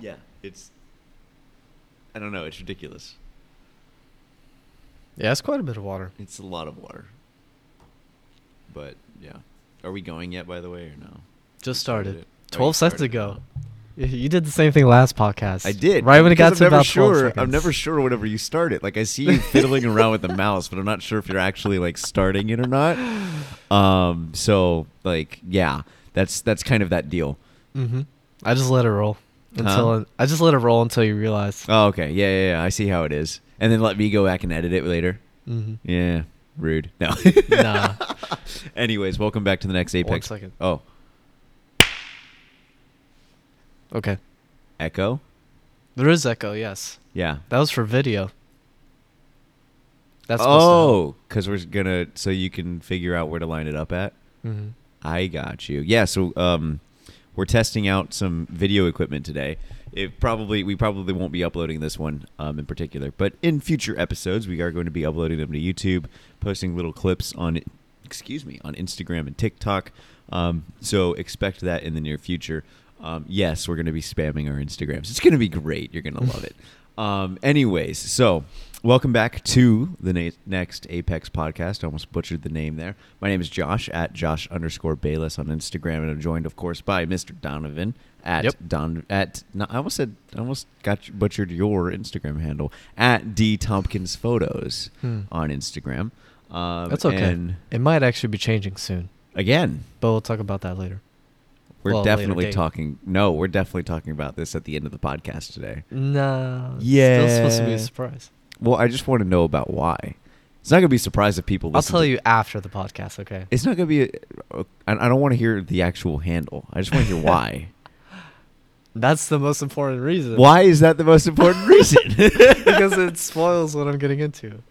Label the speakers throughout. Speaker 1: yeah, it's. I don't know. It's ridiculous.
Speaker 2: Yeah, it's quite a bit of water.
Speaker 1: It's a lot of water. But yeah, are we going yet? By the way, or no?
Speaker 2: Just
Speaker 1: You
Speaker 2: started.
Speaker 1: it. Oh, you
Speaker 2: 12 seconds
Speaker 1: started.
Speaker 2: ago. Y- You did the same thing last podcast.
Speaker 1: I did.
Speaker 2: Right when it got
Speaker 1: because
Speaker 2: to
Speaker 1: I'm never
Speaker 2: about 12
Speaker 1: sure.
Speaker 2: seconds.
Speaker 1: I'm never sure whenever you start it. Like I see you fiddling around with the mouse, but I'm not sure if you're actually like starting it or not. Um. So like, yeah, that's that's kind of that deal.
Speaker 2: hmm I just let it roll until
Speaker 1: Huh?
Speaker 2: I just let it roll until you realize.
Speaker 1: Oh, okay. Yeah, yeah, yeah. I see how it is. And then let me go back and edit it later.
Speaker 2: hmm
Speaker 1: Yeah. Rude. No.
Speaker 2: Nah.
Speaker 1: Anyways, welcome back to the next
Speaker 2: One
Speaker 1: Apex.
Speaker 2: second.
Speaker 1: Oh,
Speaker 2: Okay.
Speaker 1: echo.
Speaker 2: There is echo. Yes.
Speaker 1: Yeah.
Speaker 2: That was for video. That's
Speaker 1: oh, because we're gonna so you can figure out where to line it up at.
Speaker 2: hmm
Speaker 1: I got you. Yeah, so um, we're testing out some video equipment today. It probably we probably won't be uploading this one um, in particular, but in future episodes we are going to be uploading them to YouTube, posting little clips on excuse me on Instagram and TikTok. Um, so expect that in the near future. Um, yes, we're going to be spamming our Instagrams. It's going to be great. You're going to love it. Um, anyways, so welcome back to the na- next Apex podcast. I almost butchered the name there. My name is Josh at Josh underscore Bayless on Instagram, and I'm joined, of course, by Mr. Donovan at
Speaker 2: Yep.
Speaker 1: Don at. No, I almost said I almost got you- butchered your Instagram handle at D Tompkins Photos
Speaker 2: Hmm.
Speaker 1: on Instagram. Um,
Speaker 2: That's okay.
Speaker 1: And
Speaker 2: It might actually be changing soon,
Speaker 1: again,
Speaker 2: but we'll talk about that later.
Speaker 1: we're
Speaker 2: Well, later
Speaker 1: definitely
Speaker 2: date.
Speaker 1: talking. No, we're definitely talking about this at the end of the podcast today.
Speaker 2: Nah. it's Still supposed to be
Speaker 1: Yeah.
Speaker 2: a surprise.
Speaker 1: Well, I just want to know about why. It's not going to be a surprise if people.
Speaker 2: I'll
Speaker 1: listen
Speaker 2: tell
Speaker 1: to-
Speaker 2: you after the podcast. Okay.
Speaker 1: It's not going to be. A, uh, I I don't want to hear the actual handle. I just want to hear why.
Speaker 2: That's the most important reason.
Speaker 1: why is that the most important reason?
Speaker 2: because it spoils what I'm getting into.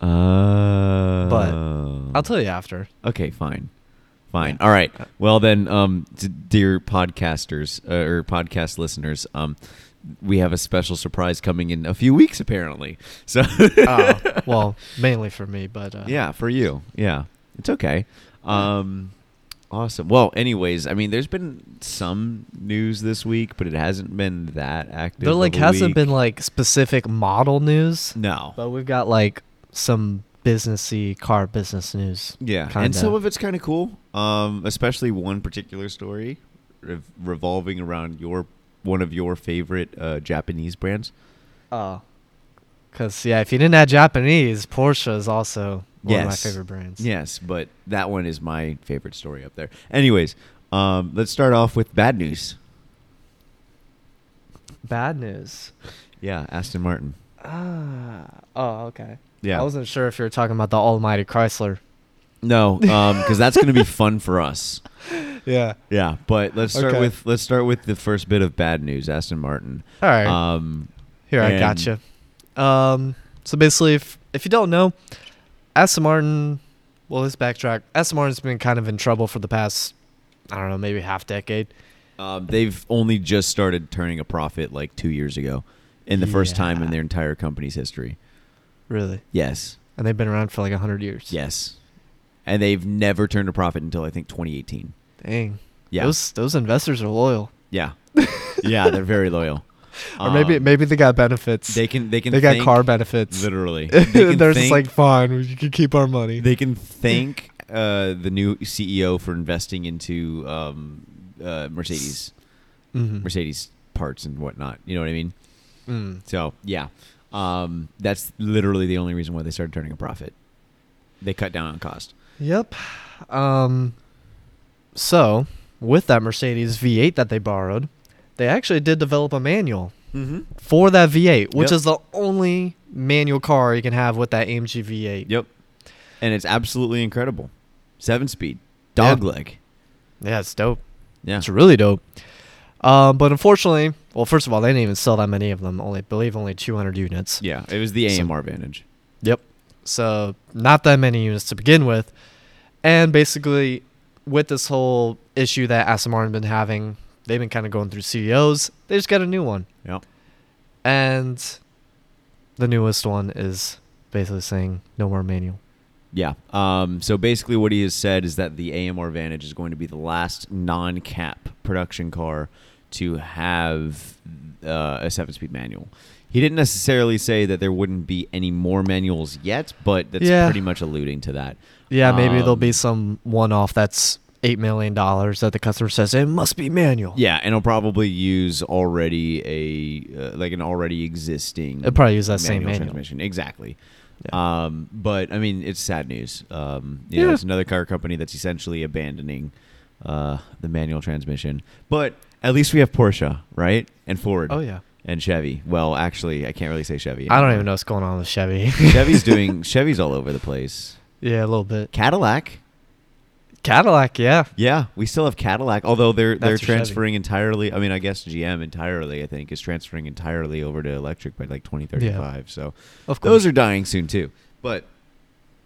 Speaker 1: Uh,
Speaker 2: I'll tell you after.
Speaker 1: Okay, fine. Fine.
Speaker 2: Yeah.
Speaker 1: All right.
Speaker 2: Uh,
Speaker 1: Well then, um, d- dear podcasters uh, or podcast listeners, um, we have a special surprise coming in a few weeks, apparently. So,
Speaker 2: oh, well, mainly for me, but uh,
Speaker 1: yeah, for you, yeah, it's okay. Um, awesome. Well, anyways, I mean, there's been some news this week, but it hasn't been that active.
Speaker 2: There like
Speaker 1: of a
Speaker 2: hasn't
Speaker 1: week.
Speaker 2: been like specific model news,
Speaker 1: no.
Speaker 2: but we've got like some businessy car business news.
Speaker 1: Yeah,
Speaker 2: kinda.
Speaker 1: and some of it's kind of cool. Um, especially one particular story rev- revolving around your one of your favorite uh, Japanese brands.
Speaker 2: Oh, because yeah, if you didn't add Japanese, Porsche is also one of my
Speaker 1: Yes.
Speaker 2: favorite brands.
Speaker 1: Yes, but that one is my favorite story up there. Anyways, um, let's start off with bad news.
Speaker 2: Bad news.
Speaker 1: Yeah, Aston Martin.
Speaker 2: Ah. Oh, okay.
Speaker 1: Yeah.
Speaker 2: I wasn't sure if you were talking about the almighty Chrysler.
Speaker 1: No, because that's going to be fun for us.
Speaker 2: Yeah.
Speaker 1: Yeah, but let's start
Speaker 2: Okay.
Speaker 1: with let's start with the first bit of bad news, Aston Martin.
Speaker 2: All right.
Speaker 1: Um,
Speaker 2: Here, I
Speaker 1: And-
Speaker 2: gotcha. Um, so basically, if, if you don't know, Aston Martin, well, let's backtrack. Aston Martin's been kind of in trouble for the past, I don't know, maybe half decade.
Speaker 1: Um, they've only just started turning a profit like two years ago, in the first time in
Speaker 2: Yeah.
Speaker 1: their entire company's history.
Speaker 2: Really.
Speaker 1: Yes,
Speaker 2: And they've been around for like 100 years.
Speaker 1: yes, and they've never turned a profit until I think 2018.
Speaker 2: Dang.
Speaker 1: Yeah,
Speaker 2: Those, those investors are loyal.
Speaker 1: yeah, yeah. They're very loyal.
Speaker 2: or maybe
Speaker 1: Um,
Speaker 2: maybe they got benefits.
Speaker 1: they can they can
Speaker 2: They got
Speaker 1: thank-
Speaker 2: car benefits.
Speaker 1: literally. They can
Speaker 2: They're just
Speaker 1: thank-
Speaker 2: like, fine, you can keep our money.
Speaker 1: they can thank uh, the new CEO for investing into um, uh, Mercedes
Speaker 2: Mhm.
Speaker 1: Mercedes parts and whatnot. You know what I mean?
Speaker 2: Mm.
Speaker 1: So yeah, um, that's literally the only reason why they started turning a profit. They cut down on cost.
Speaker 2: Yep. Um, so, with that Mercedes V8 that they borrowed, they actually did develop a manual
Speaker 1: Mm-hmm.
Speaker 2: for that V8, which
Speaker 1: Yep.
Speaker 2: is the only manual car you can have with that AMG V8.
Speaker 1: Yep, and it's absolutely incredible. Seven speed, dog
Speaker 2: Yeah.
Speaker 1: leg.
Speaker 2: Yeah, it's dope.
Speaker 1: Yeah,
Speaker 2: It's really dope. Um, but unfortunately, well, first of all, they didn't even sell that many of them. Only, I believe, only 200 units.
Speaker 1: yeah. It was the
Speaker 2: So-
Speaker 1: AMR Vantage.
Speaker 2: Yep. So not that many units to begin with, and basically with this whole issue that Aston Martin been having, they've been kind of going through CEOs. They just got a new one,
Speaker 1: Yeah,
Speaker 2: and the newest one is basically saying no more manual.
Speaker 1: yeah. Um, so basically, what he has said is that the AMR Vantage is going to be the last non-cap production car to have uh, a seven speed manual. He didn't necessarily say that there wouldn't be any more manuals yet, but that's
Speaker 2: Yeah.
Speaker 1: pretty much alluding to that.
Speaker 2: Yeah, maybe there'll
Speaker 1: Um,
Speaker 2: be some one off that's $8 million that the customer says it must be manual.
Speaker 1: Yeah, and it'll probably use already a uh, like an already existing.
Speaker 2: It'll probably use that same manual.
Speaker 1: transmission exactly. Um, but I mean, it's sad news. Um, you know,
Speaker 2: Yeah.
Speaker 1: it's another car company that's essentially abandoning uh, the manual transmission. But at least we have Porsche, right? And Ford
Speaker 2: Oh, yeah.
Speaker 1: and Chevy. Well, actually, I can't really say Chevy.
Speaker 2: I don't
Speaker 1: anymore.
Speaker 2: even know what's going on with Chevy.
Speaker 1: Chevy's doing Chevy's all over the place.
Speaker 2: yeah, a little bit.
Speaker 1: Cadillac.
Speaker 2: Cadillac, yeah.
Speaker 1: Yeah, we still have Cadillac, although they're they're
Speaker 2: That's a Chevy.
Speaker 1: transferring entirely. I mean, I guess GM entirely, I think, is transferring entirely over to electric by like 2035. So
Speaker 2: Of course.
Speaker 1: those are dying soon too. But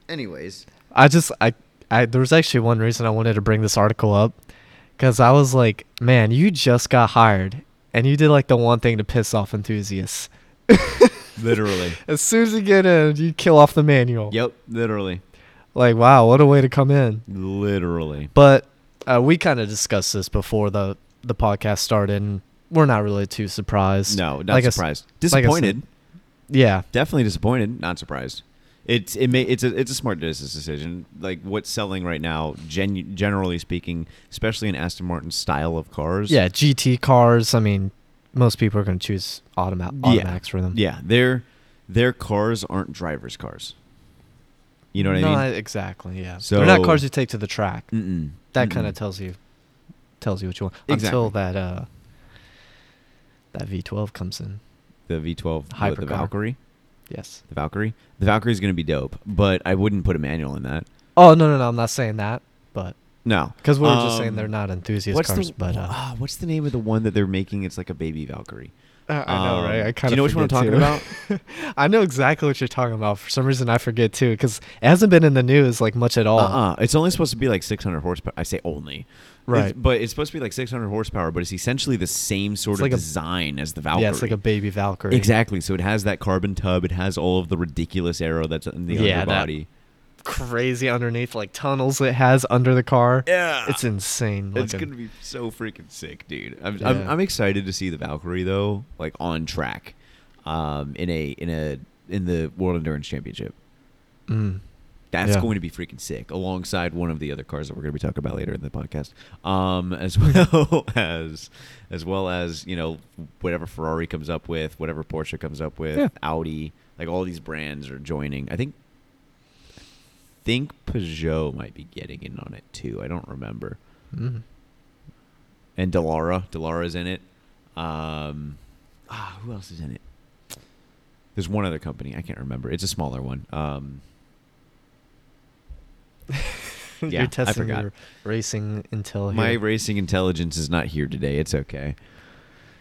Speaker 1: anyways,
Speaker 2: I just I I there was actually one reason I wanted to bring this article up cuz I was like, man, you just got hired and you did like the one thing to piss off enthusiasts.
Speaker 1: literally.
Speaker 2: As soon as you get in, you kill off the manual.
Speaker 1: yep, literally,
Speaker 2: Like, wow, what a way to come in.
Speaker 1: literally.
Speaker 2: But uh, we kind of discussed this before the the podcast started. And we're not really too surprised.
Speaker 1: No, not
Speaker 2: Like I s-
Speaker 1: surprised.
Speaker 2: like I said-
Speaker 1: disappointed.
Speaker 2: Yeah.
Speaker 1: Definitely disappointed. Not surprised. It's it may it's a it's a smart business decision. Like what's selling right now, genu- generally speaking, especially in Aston Martin's style of cars.
Speaker 2: Yeah, GT cars, I mean, most people are going to choose automa-
Speaker 1: Yeah.
Speaker 2: automatics for them.
Speaker 1: Yeah, their their cars aren't drivers' cars. You know what I mean?
Speaker 2: Not exactly, yeah. They're not cars you take to the track.
Speaker 1: Mm-mm.
Speaker 2: that
Speaker 1: Mm-mm.
Speaker 2: kind of tells you tells you what you want
Speaker 1: Exactly.
Speaker 2: until that uh that V12 comes in.
Speaker 1: the V12 what, the
Speaker 2: Hypercar.
Speaker 1: Valkyrie.
Speaker 2: Yes.
Speaker 1: The Valkyrie. The Valkyrie is going to be dope, but I wouldn't put a manual in that.
Speaker 2: Oh no no no! I'm not saying that, but
Speaker 1: No,
Speaker 2: because we were just saying
Speaker 1: Um,
Speaker 2: they're not enthusiast
Speaker 1: what's
Speaker 2: cars.
Speaker 1: the
Speaker 2: but uh,
Speaker 1: ah, what's the name of the one that they're making? It's like a baby Valkyrie.
Speaker 2: I know,
Speaker 1: Um,
Speaker 2: right? I
Speaker 1: do
Speaker 2: kind
Speaker 1: you
Speaker 2: of
Speaker 1: know which one I'm talking about?
Speaker 2: I know exactly what you're talking about. For some reason, I forget too because it hasn't been in the news like much at all.
Speaker 1: Uh-uh. It's only supposed to be like 600 horsepower. I say only.
Speaker 2: Right.
Speaker 1: It's- but it's supposed to be like 600 horsepower, but it's essentially the same sort
Speaker 2: It's
Speaker 1: of
Speaker 2: like a-
Speaker 1: design as the Valkyrie.
Speaker 2: Yeah, it's like a baby Valkyrie.
Speaker 1: Exactly. So it has that carbon tub. It has all of the ridiculous arrow that's in the
Speaker 2: Yeah, that-
Speaker 1: underbody.
Speaker 2: Crazy underneath, like tunnels it has under the car.
Speaker 1: Yeah.
Speaker 2: It's insane.
Speaker 1: It's
Speaker 2: looking.
Speaker 1: gonna be so freaking sick, dude. I'm, I'm
Speaker 2: Yeah.
Speaker 1: I'm excited to see the Valkyrie though, like on track, um, in a in a in the World Endurance Championship.
Speaker 2: Mm.
Speaker 1: That's
Speaker 2: Yeah.
Speaker 1: going to be freaking sick, alongside one of the other cars that we're gonna be talking about later in the podcast, um, as well as as well as you know whatever Ferrari comes up with, whatever Porsche comes up with,
Speaker 2: Yeah.
Speaker 1: Audi, like all these brands are joining. I think. I think Peugeot might be getting in on it too. I don't remember
Speaker 2: Mm.
Speaker 1: and Delara. Delara's in it. Um, ah, who else is in it? There's one other company I can't remember. It's a smaller one. Um, Yeah, I
Speaker 2: You're testing
Speaker 1: forgot.
Speaker 2: your racing intel here.
Speaker 1: my racing intelligence is not here today. It's okay.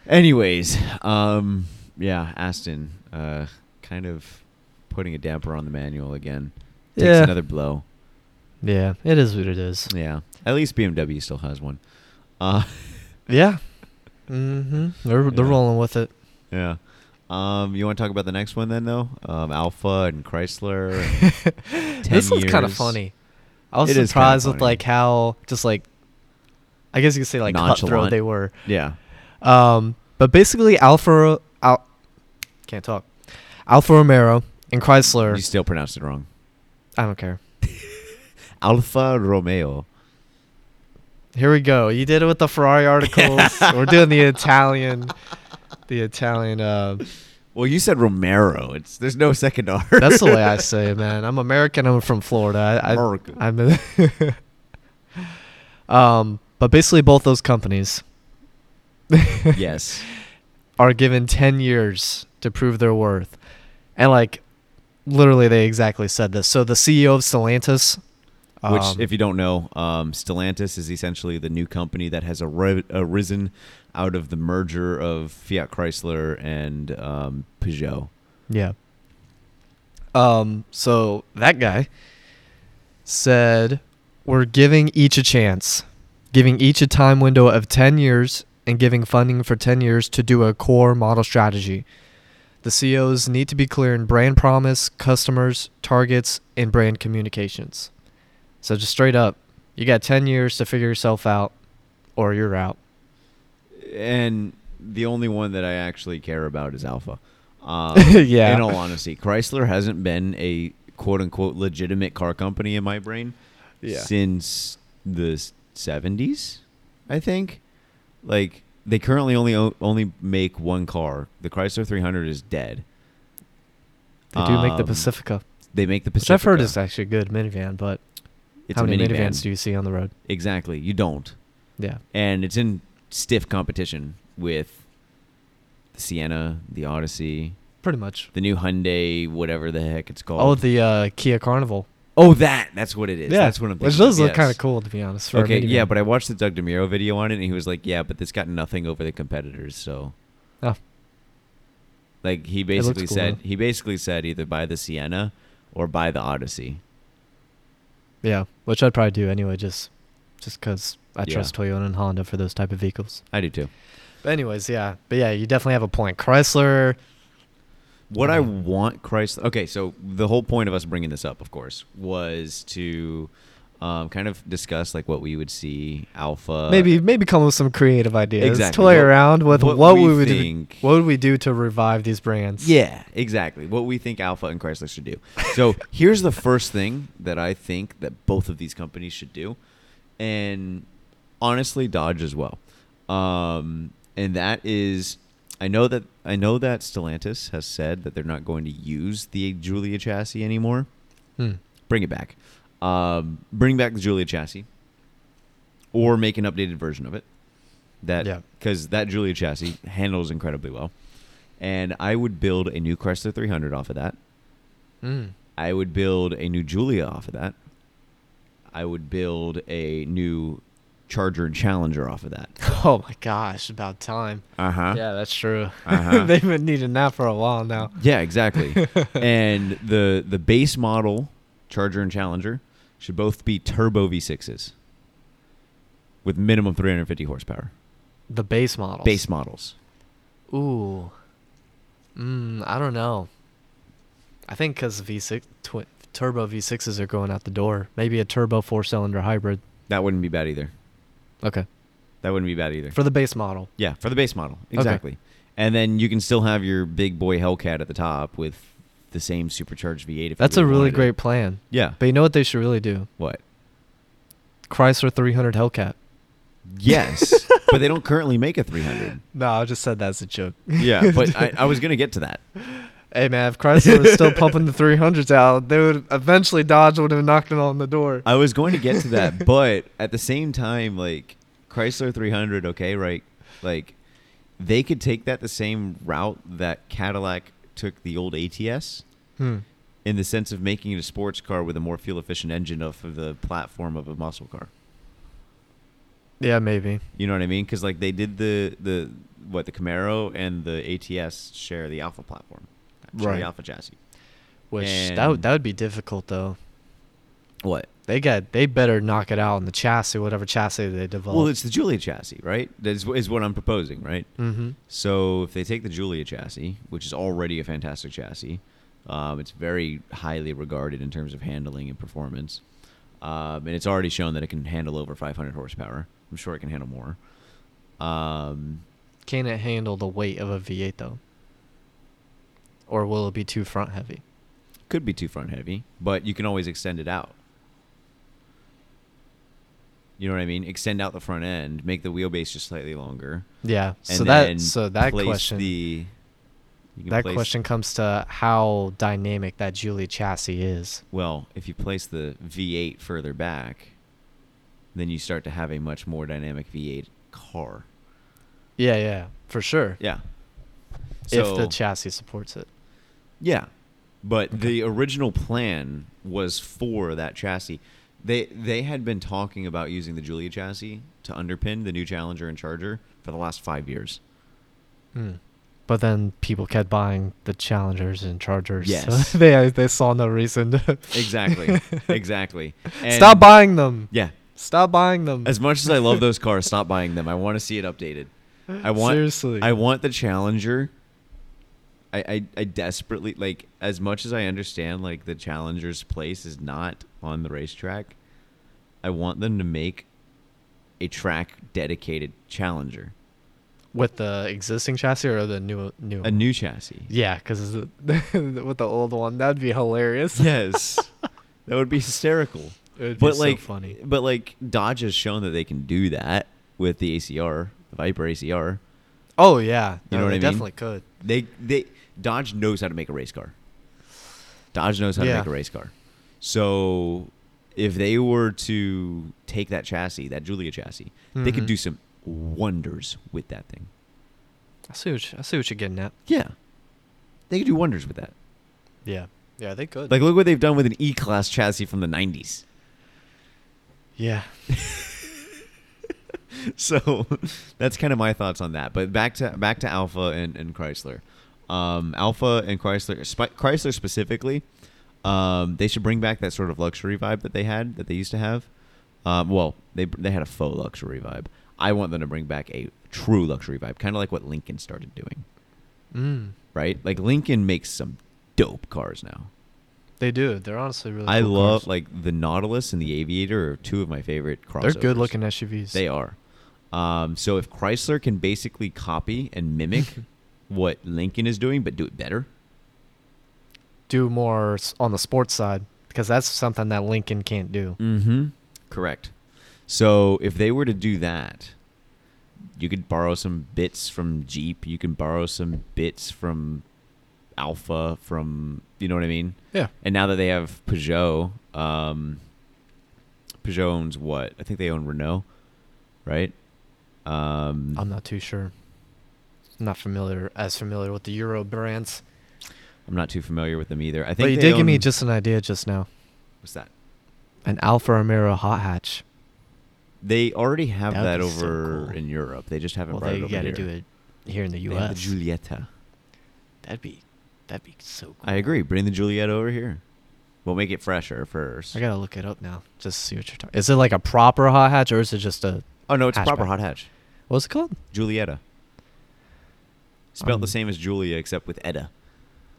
Speaker 1: Anyways, um, yeah, Aston, uh, kind of putting a damper on the manual again. Takes
Speaker 2: Yeah.
Speaker 1: another blow.
Speaker 2: Yeah, it is what it is.
Speaker 1: Yeah. At least BMW still has one. Uh,
Speaker 2: Yeah. Mm-hmm. They're they're
Speaker 1: Yeah.
Speaker 2: rolling with it.
Speaker 1: yeah. Um, you want to talk about the next one then, though? Um, Alpha and Chrysler. And
Speaker 2: this
Speaker 1: 10
Speaker 2: one's kind of
Speaker 1: years.
Speaker 2: funny. I was
Speaker 1: It is kinda
Speaker 2: surprised with
Speaker 1: funny.
Speaker 2: like how just like I guess you could say like
Speaker 1: Nonchalant.
Speaker 2: cutthroat they were.
Speaker 1: Yeah.
Speaker 2: Um, but basically, Alfa Al, can't talk. Alfa Romeo and Chrysler.
Speaker 1: You still pronounced it wrong.
Speaker 2: I don't care.
Speaker 1: Alfa Romeo.
Speaker 2: Here we go. You did it with the Ferrari articles. we're doing the Italian, the Italian. Uh,
Speaker 1: Well, you said Romero. It's there's no second R.
Speaker 2: That's the way I say it, man. I'm American. I'm from Florida. I, I,
Speaker 1: American.
Speaker 2: I'm. um, but basically, both those companies
Speaker 1: yes.
Speaker 2: are given 10 years to prove their worth, and like, literally, they exactly said this. So the CEO of Stellantis,
Speaker 1: Which,
Speaker 2: um,
Speaker 1: if you don't know, um, Stellantis is essentially the new company that has arri- arisen out of the merger of Fiat Chrysler and um, Peugeot.
Speaker 2: Yeah. Um, so that guy said, We're giving each a chance, giving each a time window of 10 years, and giving funding for 10 years to do a core model strategy. The CEOs need to be clear in brand promise, customers, targets, and brand communications. So just straight up, you got 10 years to figure yourself out, or you're out.
Speaker 1: And the only one that I actually care about is Alpha. Um,
Speaker 2: Yeah.
Speaker 1: In all honesty, Chrysler hasn't been a quote unquote legitimate car company in my brain
Speaker 2: Yeah.
Speaker 1: since the seventies, I think. Like they currently only o- only make one car. The Chrysler 300 is dead.
Speaker 2: They do make the
Speaker 1: Um,
Speaker 2: Pacifica,
Speaker 1: They make the
Speaker 2: which
Speaker 1: Pacifica.
Speaker 2: I've heard is actually a good minivan, but
Speaker 1: it's
Speaker 2: how
Speaker 1: a
Speaker 2: many
Speaker 1: minivan.
Speaker 2: minivans do you see on the road?
Speaker 1: Exactly. You don't.
Speaker 2: Yeah.
Speaker 1: and it's in stiff competition with the Sienna, the Odyssey,
Speaker 2: Pretty much.
Speaker 1: the new Hyundai, whatever the heck it's called.
Speaker 2: Oh, the uh, Kia Carnival.
Speaker 1: oh, that that's what it is.
Speaker 2: yeah,
Speaker 1: that's what I'm.
Speaker 2: Which
Speaker 1: thinking of,
Speaker 2: does look
Speaker 1: yes.
Speaker 2: kind of cool, to be honest. For
Speaker 1: okay,
Speaker 2: a minivan.
Speaker 1: yeah, but I watched the Doug DeMuro video on it, and he was like, "Yeah, but this got nothing over the competitors." So,
Speaker 2: Oh.
Speaker 1: like he
Speaker 2: looks
Speaker 1: basically
Speaker 2: cool,
Speaker 1: said,
Speaker 2: though.
Speaker 1: he basically said either buy the Sienna or buy the Odyssey.
Speaker 2: yeah, which I'd probably do anyway, just just because I
Speaker 1: Yeah.
Speaker 2: trust Toyota and Honda for those type of vehicles.
Speaker 1: I do too.
Speaker 2: But anyways, yeah, but yeah, you definitely have a point. Chrysler,
Speaker 1: What I
Speaker 2: Yeah.
Speaker 1: want Chrysler. Okay, so the whole point of us bringing this up, of course, was to um, kind of discuss like what we would see Alpha.
Speaker 2: maybe maybe come up with some creative ideas.
Speaker 1: Uh, Exactly.
Speaker 2: Toy
Speaker 1: What-
Speaker 2: around with
Speaker 1: what
Speaker 2: what,
Speaker 1: we
Speaker 2: we, would do,
Speaker 1: think-
Speaker 2: what would we do to revive these brands?
Speaker 1: Yeah, exactly. What we think Alpha and Chrysler should do. So here's the first thing that I think that both of these companies should do, and honestly, Dodge as well. Um, and that is, I know that I know that Stellantis has said that they're not going to use the Julia chassis anymore.
Speaker 2: Hmm.
Speaker 1: bring it back. Um, bring back the Julia chassis, or make an updated version of it.
Speaker 2: Yeah.
Speaker 1: That because that Julia chassis handles incredibly well, and I would build a new Chrysler 300 off of that.
Speaker 2: Mm.
Speaker 1: I would build a new Julia off of that. I would build a new Charger and Challenger off of that.
Speaker 2: Oh my gosh, about time.
Speaker 1: Uh huh.
Speaker 2: Yeah, that's true.
Speaker 1: Uh-huh.
Speaker 2: They've been needing that for a while now.
Speaker 1: Yeah, exactly. and the the base model Charger and Challenger should both be turbo V6s with minimum 350 horsepower.
Speaker 2: The base model.
Speaker 1: Base models.
Speaker 2: Ooh. Mm, I don't know. I think because V6 twi- turbo V6s are going out the door. Maybe a turbo four cylinder hybrid.
Speaker 1: That wouldn't be bad either.
Speaker 2: Okay.
Speaker 1: That wouldn't be bad either.
Speaker 2: For the base model.
Speaker 1: yeah, for the base model. Exactly. And then you can still have your big boy Hellcat at the top with the same supercharged V8 if you
Speaker 2: That's a really
Speaker 1: wanted
Speaker 2: great
Speaker 1: it.
Speaker 2: plan.
Speaker 1: Yeah.
Speaker 2: But you know what they should really do?
Speaker 1: What?
Speaker 2: Chrysler 300 Hellcat.
Speaker 1: Yes. but they don't currently make a 300.
Speaker 2: No, I just said that as a joke.
Speaker 1: Yeah, but I, I was going to get to that.
Speaker 2: Hey man, if Chrysler was still pumping the 300s out, they would eventually Dodge would have knocked it on the door.
Speaker 1: I was going to get to that, but at the same time, like Chrysler 300, okay, right? Like they could take that the same route that Cadillac took the old ATS
Speaker 2: Hmm.
Speaker 1: in the sense of making it a sports car with a more fuel efficient engine off of the platform of a muscle car.
Speaker 2: Yeah, maybe.
Speaker 1: You know what I mean? Because like they did the the what the Camaro and the ATS share the Alpha platform, share
Speaker 2: Right.
Speaker 1: The Alpha chassis.
Speaker 2: Which that would
Speaker 1: And-
Speaker 2: that would be difficult though.
Speaker 1: What?
Speaker 2: They got they better knock it out in the chassis, whatever chassis they develop.
Speaker 1: Well, it's the Julia chassis, right? That is, is what I'm proposing, right?
Speaker 2: mm-hmm.
Speaker 1: So if they take the Julia chassis, which is already a fantastic chassis, um, it's very highly regarded in terms of handling and performance, um, and it's already shown that it can handle over 500 horsepower. I'm sure it can handle more. Um,
Speaker 2: Can it handle the weight of a V8 though? Or will it be too front heavy?
Speaker 1: could be too front heavy, but you can always extend it out. You know what I mean? Extend out the front end, make the wheelbase just slightly longer.
Speaker 2: Yeah.
Speaker 1: And
Speaker 2: So
Speaker 1: then
Speaker 2: that so that
Speaker 1: place
Speaker 2: question
Speaker 1: the you can
Speaker 2: that
Speaker 1: place-
Speaker 2: question comes to how dynamic that Julia chassis is.
Speaker 1: Well, if you place the V8 further back, then you start to have a much more dynamic V8 car.
Speaker 2: Yeah, yeah, for sure.
Speaker 1: Yeah.
Speaker 2: if the chassis supports it.
Speaker 1: Yeah. But
Speaker 2: Okay.
Speaker 1: the original plan was for that chassis. They they had been talking about using the Julia chassis to underpin the new Challenger and Charger for the last 5 years.
Speaker 2: Mm. But then people kept buying the Challengers and Chargers.
Speaker 1: Yes.
Speaker 2: So they they saw no reason to
Speaker 1: Exactly. exactly. And-
Speaker 2: Stop buying them.
Speaker 1: Yeah.
Speaker 2: Stop buying them.
Speaker 1: As much as I love those cars, stop buying them. I want to see it updated. I want
Speaker 2: Seriously.
Speaker 1: I want the Challenger. I, I I desperately like as much as I understand like the Challenger's place is not on the racetrack. I want them to make a track dedicated Challenger
Speaker 2: with the existing chassis or the new new?
Speaker 1: A new chassis.
Speaker 2: yeah, because with the old one, that'd be hilarious.
Speaker 1: Yes. that would be hysterical.
Speaker 2: it would be
Speaker 1: But
Speaker 2: so
Speaker 1: like
Speaker 2: funny.
Speaker 1: but like Dodge has shown that they can do that with the ACR, the Viper ACR.
Speaker 2: Oh yeah,
Speaker 1: You
Speaker 2: No,
Speaker 1: know what
Speaker 2: they
Speaker 1: I mean?
Speaker 2: Definitely could.
Speaker 1: They they Dodge knows how to make a race car. Dodge knows how
Speaker 2: Yeah.
Speaker 1: to make a race car. So if they were to take that chassis, that Julia chassis, they could
Speaker 2: Mhm.
Speaker 1: do some wonders with that thing.
Speaker 2: I see what you, I see what you're getting at.
Speaker 1: Yeah. They could do wonders with that.
Speaker 2: Yeah, yeah, they could.
Speaker 1: Like look what they've done with an E-class chassis from the 90s.
Speaker 2: yeah,
Speaker 1: so that's kind of my thoughts on that. But back to back to Alpha and, and Chrysler. Um, Alpha and Chrysler, sp- Chrysler specifically, um, they should bring back that sort of luxury vibe that they had that they used to have. Um, well, they they had a faux luxury vibe. I want them to bring back a true luxury vibe, kind of like what Lincoln started doing,
Speaker 2: mm,
Speaker 1: right? Like Lincoln makes some dope cars now.
Speaker 2: they do. They're honestly really.
Speaker 1: I
Speaker 2: cool
Speaker 1: love
Speaker 2: cars.
Speaker 1: like the Nautilus and the Aviator are two of my favorite crossovers.
Speaker 2: they're good looking SUVs.
Speaker 1: They are. Um, so if Chrysler can basically copy and mimic what Lincoln is doing, but do it better,
Speaker 2: do more s- on the sports side because that's something that Lincoln can't do.
Speaker 1: mm-hmm. correct. So if they were to do that, you could borrow some bits from Jeep. You can borrow some bits from Alpha. From you know what I mean.
Speaker 2: Yeah.
Speaker 1: And now that they have Peugeot, um, Peugeot owns what? I think they own Renault, right? Um,
Speaker 2: I'm not too sure. I'm not familiar as familiar with the Euro brands.
Speaker 1: I'm not too familiar with them either. I think
Speaker 2: But you
Speaker 1: they
Speaker 2: did give me
Speaker 1: own-
Speaker 2: just an idea just now.
Speaker 1: what's that?
Speaker 2: An Alfa Romeo hot hatch.
Speaker 1: They already have
Speaker 2: That
Speaker 1: that,
Speaker 2: would be so
Speaker 1: over
Speaker 2: cool.
Speaker 1: in Europe. They just haven't
Speaker 2: Well,
Speaker 1: brought
Speaker 2: they
Speaker 1: it over
Speaker 2: got to
Speaker 1: here.
Speaker 2: do it here in the
Speaker 1: They have the
Speaker 2: U.S.
Speaker 1: Giulietta.
Speaker 2: That'd be that'd be so cool.
Speaker 1: I agree. Bring the Giulietta over here. We'll make it fresher first.
Speaker 2: I gotta look it up now just to see what you're talking. Is it like a proper hot hatch or is it just a
Speaker 1: oh no, it's a proper
Speaker 2: hatchback.
Speaker 1: hot hatch.
Speaker 2: what's it called?
Speaker 1: Giulietta. Spelled
Speaker 2: Um,
Speaker 1: the same as Julia except with Edda.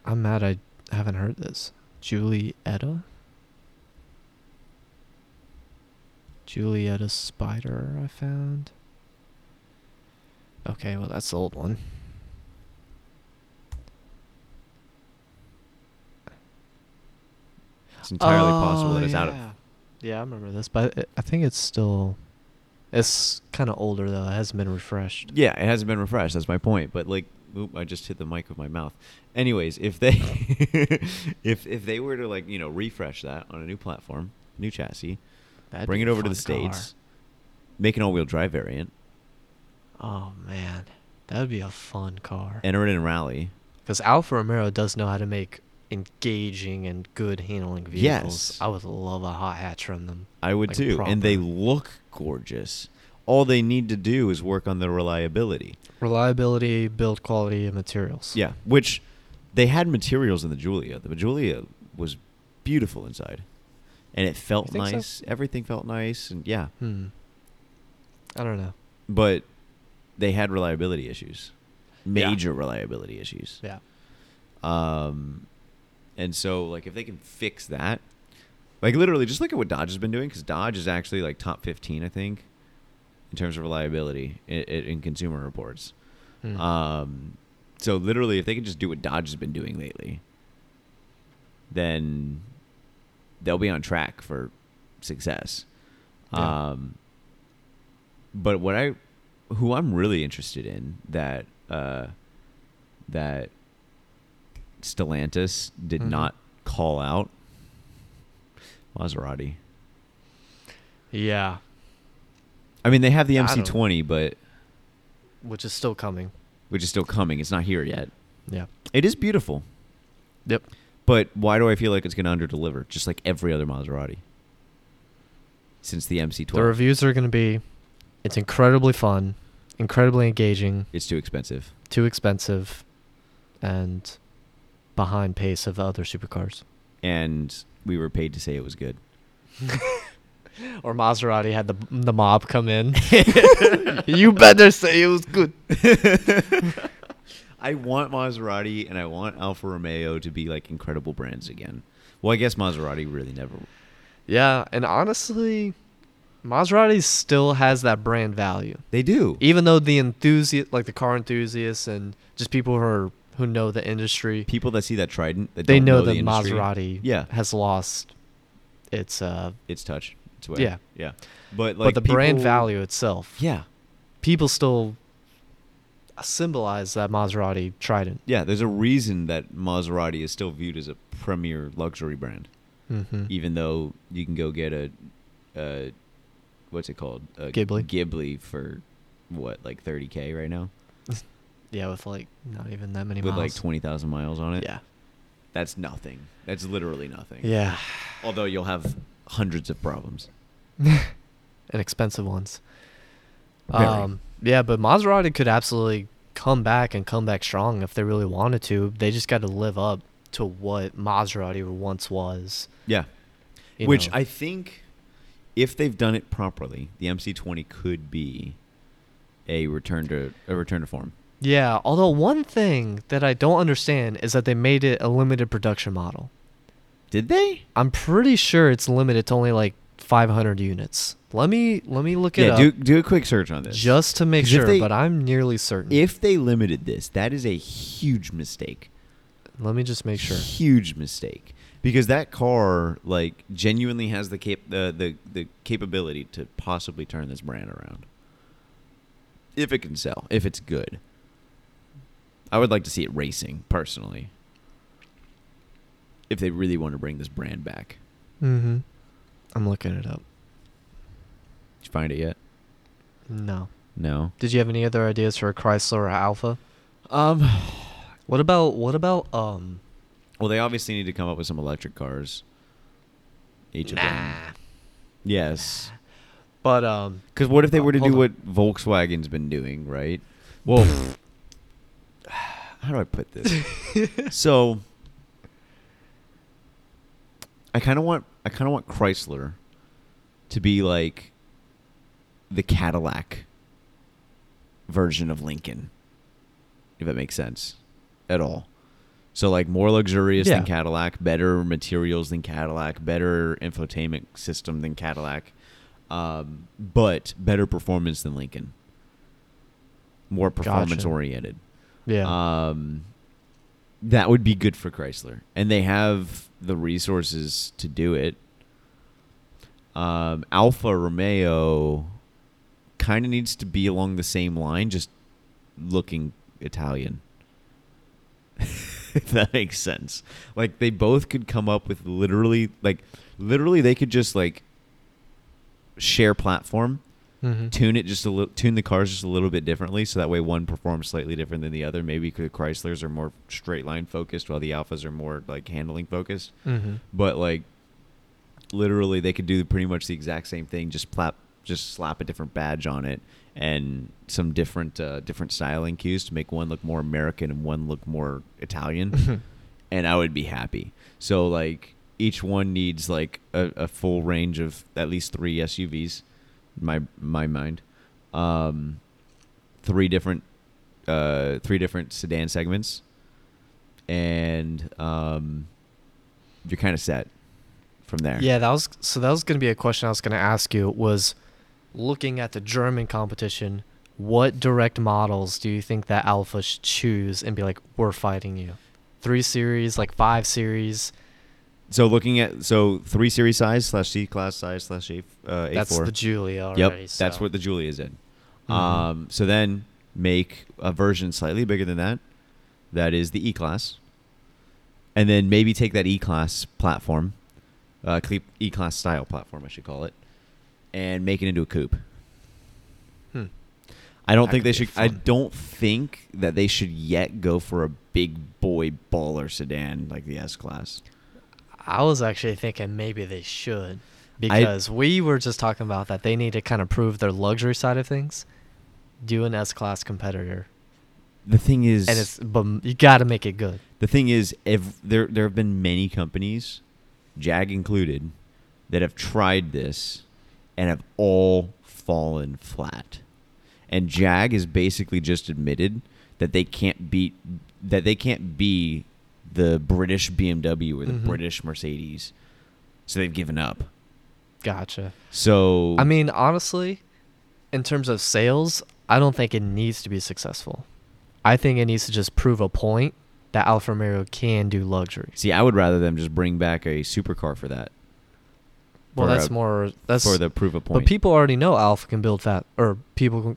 Speaker 2: I'm mad I haven't heard this. Julietta? Julietta Spider, I found. Okay, well, that's the old one.
Speaker 1: It's entirely
Speaker 2: Oh,
Speaker 1: possible that it's out of
Speaker 2: yeah. Yeah, I remember this, but it, I think it's still. It's kind of older, though. It hasn't been refreshed.
Speaker 1: Yeah, it hasn't been refreshed. That's my point. But like, oop, I just hit the mic with my mouth. Anyways, if they if if they were to like you know refresh that on a new platform, new chassis,
Speaker 2: That'd
Speaker 1: bring
Speaker 2: be
Speaker 1: it
Speaker 2: a
Speaker 1: over to the
Speaker 2: fun car.
Speaker 1: states, make an all-wheel drive variant,
Speaker 2: Oh, man. That would be a fun car.
Speaker 1: enter it in rally.
Speaker 2: Because Alfa Romeo does know how to make engaging and good handling vehicles.
Speaker 1: Yes.
Speaker 2: I would love a hot hatch from them.
Speaker 1: I would
Speaker 2: Like
Speaker 1: too, and they
Speaker 2: proper.
Speaker 1: look gorgeous. All they need to do is work on the reliability.
Speaker 2: Reliability, build quality, and materials.
Speaker 1: Yeah, which they had materials in the Julia. The Julia was beautiful inside, and it felt
Speaker 2: You think so?
Speaker 1: nice. Everything felt nice, and yeah.
Speaker 2: Hmm. I don't know.
Speaker 1: but they had reliability issues,
Speaker 2: Yeah.
Speaker 1: major reliability issues.
Speaker 2: Yeah.
Speaker 1: Um, and so like if they can fix that, like literally just look at what Dodge has been doing because Dodge is actually like top fifteen, I think, in terms of reliability in, in consumer reports.
Speaker 2: Hmm.
Speaker 1: Um, so literally, if they can just do what Dodge has been doing lately, then they'll be on track for success.
Speaker 2: Yeah.
Speaker 1: Um, but what I, who I'm really interested in that uh, that Stellantis did
Speaker 2: Mhm.
Speaker 1: not call out Maserati.
Speaker 2: yeah.
Speaker 1: I mean, they have the
Speaker 2: I don't-
Speaker 1: MC20, but
Speaker 2: Which is still coming.
Speaker 1: which is still coming. It's not here yet.
Speaker 2: Yeah.
Speaker 1: It is beautiful.
Speaker 2: Yep.
Speaker 1: But why do I feel like it's going to underdeliver, just like every other Maserati? Since the MC12,
Speaker 2: The reviews are going to be it's incredibly fun, incredibly engaging,
Speaker 1: it's too expensive.
Speaker 2: too expensive, and behind pace of the other supercars.
Speaker 1: And we were paid to say it was good.
Speaker 2: Or Maserati had the the mob come in. you better say it was good.
Speaker 1: I want Maserati and I want Alfa Romeo to be like incredible brands again. Well, I guess Maserati really never.
Speaker 2: Yeah, and honestly, Maserati still has that brand value,
Speaker 1: They do.
Speaker 2: even though the enthusiast, like the car enthusiasts and just people who are who know the industry,
Speaker 1: People that see that Trident, that
Speaker 2: they
Speaker 1: don't
Speaker 2: know,
Speaker 1: the
Speaker 2: that
Speaker 1: industry,
Speaker 2: Maserati
Speaker 1: Yeah.
Speaker 2: has lost its uh,
Speaker 1: It's touch. It's way.
Speaker 2: Yeah.
Speaker 1: Yeah. But like
Speaker 2: but the brand
Speaker 1: people-
Speaker 2: value itself.
Speaker 1: Yeah.
Speaker 2: people still symbolize that Maserati Trident.
Speaker 1: Yeah, there's a reason that Maserati is still viewed as a premier luxury brand,
Speaker 2: Mm-hmm.
Speaker 1: even though you can go get a, uh, what's it called? A
Speaker 2: Ghibli.
Speaker 1: Ghibli for what, like 30k right now,
Speaker 2: Yeah, with like not even that many
Speaker 1: with like
Speaker 2: miles.
Speaker 1: 20,000 miles on it.
Speaker 2: Yeah,
Speaker 1: that's nothing. That's literally nothing.
Speaker 2: yeah,
Speaker 1: Although you'll have hundreds of problems.
Speaker 2: and expensive ones.
Speaker 1: Very.
Speaker 2: Um, yeah, but Maserati could absolutely come back and come back strong if they really wanted to. They just got to live up to what Maserati once was.
Speaker 1: Yeah.
Speaker 2: you
Speaker 1: Which
Speaker 2: know.
Speaker 1: I think, if they've done it properly, the MC20 could be a return to a return to form.
Speaker 2: yeah. Although one thing that I don't understand is that they made it a limited production model.
Speaker 1: Did they?
Speaker 2: I'm pretty sure it's limited to only like 500 units. Let me let me look it
Speaker 1: yeah.
Speaker 2: up.
Speaker 1: Do do a quick search on this.
Speaker 2: just to make
Speaker 1: 'Cause if
Speaker 2: sure,
Speaker 1: they-
Speaker 2: but I'm nearly certain.
Speaker 1: if they limited this, that is a huge mistake.
Speaker 2: Let me just make sure.
Speaker 1: Huge mistake because that car like genuinely has the cap uh, the the capability to possibly turn this brand around. If it can sell, if it's good. I would like to see it racing personally. If they really want to bring this brand back.
Speaker 2: Mm-hmm. I'm looking it up.
Speaker 1: Did you find it yet?
Speaker 2: No.
Speaker 1: No.
Speaker 2: Did you have any other ideas for a Chrysler or Alpha?
Speaker 1: Um
Speaker 2: What about what about um?
Speaker 1: well they obviously need to come up with some electric cars. Each of them. Yes.
Speaker 2: But um,
Speaker 1: Because what if they
Speaker 2: Uh,
Speaker 1: were to do
Speaker 2: hold on.
Speaker 1: what Volkswagen's been doing, right? Well, how do I put this? so, I kind of want I kind of want Chrysler to be like the Cadillac version of Lincoln, if that makes sense at all. So like more luxurious
Speaker 2: Yeah.
Speaker 1: than Cadillac, better materials than Cadillac, better infotainment system than Cadillac, um, but better performance than Lincoln. More performance oriented.
Speaker 2: yeah,
Speaker 1: Um, that would be good for Chrysler, and they have the resources to do it. Um, Alfa Romeo kind of needs to be along the same line, just looking Italian. if that makes sense. Like they both could come up with literally, like literally, they could just like share platform
Speaker 2: Mhm.
Speaker 1: tune it just a little tune the cars just a little bit differently so that way one performs slightly different than the other maybe 'cause the chryslers are more straight line focused while the alphas are more like handling focused
Speaker 2: Mhm.
Speaker 1: but like literally they could do pretty much the exact same thing just plap just slap a different badge on it and some different uh, different styling cues to make one look more american and one look more italian and i would be happy so like each one needs like a, a full range of at least three suvs in my my mind um three different uh three different sedan segments and um you're kind of set from there.
Speaker 2: yeah. That was so. That was gonna be a question I was gonna ask you. Was looking at the German competition, what direct models do you think that Alpha should choose and be like, we're fighting you? Three series, like five series.
Speaker 1: So looking at so three series size slash C class size slash A uh, A
Speaker 2: That's
Speaker 1: four.
Speaker 2: the Julia already.
Speaker 1: yep, that's
Speaker 2: so-
Speaker 1: what the Julia is in.
Speaker 2: Mhm.
Speaker 1: Um, so then make a version slightly bigger than that. That is the E class, and then maybe take that E class platform, uh, E class style platform, I should call it, and make it into a coupe.
Speaker 2: Hmm.
Speaker 1: I don't
Speaker 2: That
Speaker 1: think
Speaker 2: could
Speaker 1: they
Speaker 2: be
Speaker 1: should. I
Speaker 2: fun.
Speaker 1: don't think that they should yet go for a big boy baller sedan like the S class.
Speaker 2: I was actually thinking maybe they should because we were just talking about that they need to kind of prove their luxury side of things. Do an S class competitor,
Speaker 1: The thing is,
Speaker 2: and it's but m- you got to make it good.
Speaker 1: the thing is, ev- there there have been many companies, Jag included, that have tried this, and have all fallen flat. And Jag has basically just admitted that they can't beat that they can't be the British BMW or the
Speaker 2: Mhm.
Speaker 1: British Mercedes, so they've given up.
Speaker 2: Gotcha.
Speaker 1: So
Speaker 2: I mean, honestly, in terms of sales, I don't think it needs to be successful. I think it needs to just prove a point that Alfa Romeo can do luxury.
Speaker 1: see, I would rather them just bring back a supercar for that
Speaker 2: Well,
Speaker 1: For
Speaker 2: that's
Speaker 1: a-
Speaker 2: more that's
Speaker 1: for the proof of point.
Speaker 2: But people already know Alpha can build fast, or people, can-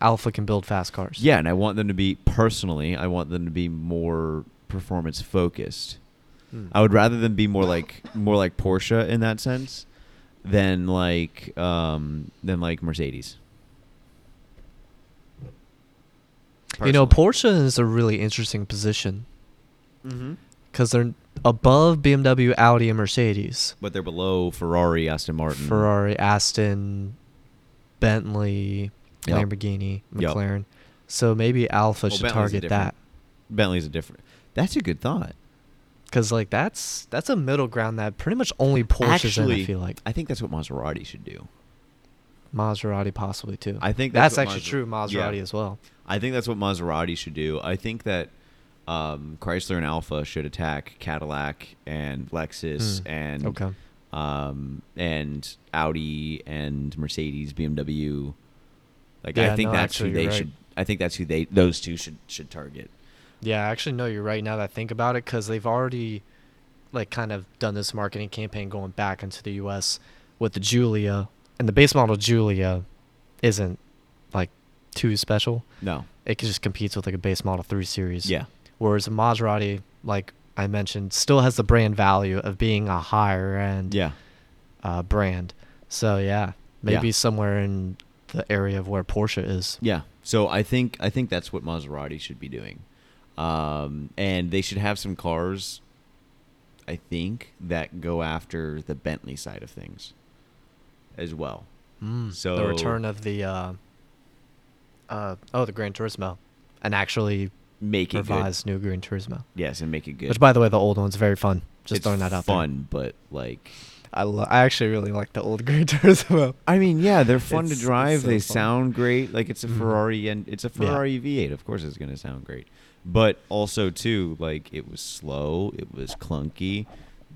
Speaker 2: Alpha can build fast cars.
Speaker 1: Yeah, and I want them to be personally. I want them to be more performance focused.
Speaker 2: Hmm.
Speaker 1: I would rather them be more like more like Porsche in that sense than like um than like Mercedes.
Speaker 2: You know, Porsche is a really interesting position
Speaker 1: Mm-hmm.
Speaker 2: because they're above BMW, Audi, and Mercedes,
Speaker 1: But they're below Ferrari, Aston Martin,
Speaker 2: Ferrari, Aston, Bentley,
Speaker 1: Yep.
Speaker 2: Lamborghini,
Speaker 1: Yep.
Speaker 2: McLaren. So maybe Alpha
Speaker 1: Well,
Speaker 2: should
Speaker 1: Bentley's a
Speaker 2: target
Speaker 1: different-
Speaker 2: that
Speaker 1: Bentley's a different. That's a good thought.
Speaker 2: because like that's that's a middle ground that pretty much only Porsches in. I feel like
Speaker 1: I think that's what Maserati should do.
Speaker 2: Maserati possibly too.
Speaker 1: I think that's
Speaker 2: that's,
Speaker 1: what
Speaker 2: actually
Speaker 1: Maser-
Speaker 2: true. Maserati
Speaker 1: yeah.
Speaker 2: as well.
Speaker 1: I think that's what Maserati should do. I think that um, Chrysler and Alfa should attack Cadillac and Lexus
Speaker 2: Hmm.
Speaker 1: and
Speaker 2: Okay.
Speaker 1: um, and Audi and Mercedes, BMW. Like
Speaker 2: Yeah,
Speaker 1: I think
Speaker 2: no,
Speaker 1: that's
Speaker 2: actually,
Speaker 1: who they
Speaker 2: you're right.
Speaker 1: should. I think that's who they those two should should target.
Speaker 2: Yeah, actually, no, you're right. Now that I think about it, because they've already, like, kind of done this marketing campaign going back into the U.S. with the Julia, and the base model Julia isn't like too special.
Speaker 1: No.
Speaker 2: It c- just competes with like a base model three series.
Speaker 1: Yeah.
Speaker 2: Whereas a Maserati, like I mentioned, still has the brand value of being a higher end
Speaker 1: Yeah.
Speaker 2: uh, brand. So yeah,
Speaker 1: Yeah.
Speaker 2: maybe somewhere in the area of where Porsche is.
Speaker 1: Yeah. So I think I think that's what Maserati should be doing, um, and they should have some cars. I think that go after the Bentley side of things, as well.
Speaker 2: Mm,
Speaker 1: So-
Speaker 2: the return of the uh, uh, oh the Gran Turismo, an actually
Speaker 1: Make it good.
Speaker 2: revised new Gran Turismo.
Speaker 1: Yes, and make it good.
Speaker 2: Which, by the way, the old one's very fun. Just
Speaker 1: It's
Speaker 2: throwing that out there.
Speaker 1: Fun, but like
Speaker 2: I lo- I actually really like the old Gran Turismo.
Speaker 1: I mean, yeah, they're fun
Speaker 2: It's-
Speaker 1: to drive.
Speaker 2: it's so
Speaker 1: they
Speaker 2: fun.
Speaker 1: sound great. Like it's a
Speaker 2: Mhm.
Speaker 1: Ferrari and it's a
Speaker 2: Yeah.
Speaker 1: Ferrari V8. Of course, it's going to sound great. But also too, like it was slow. It was clunky.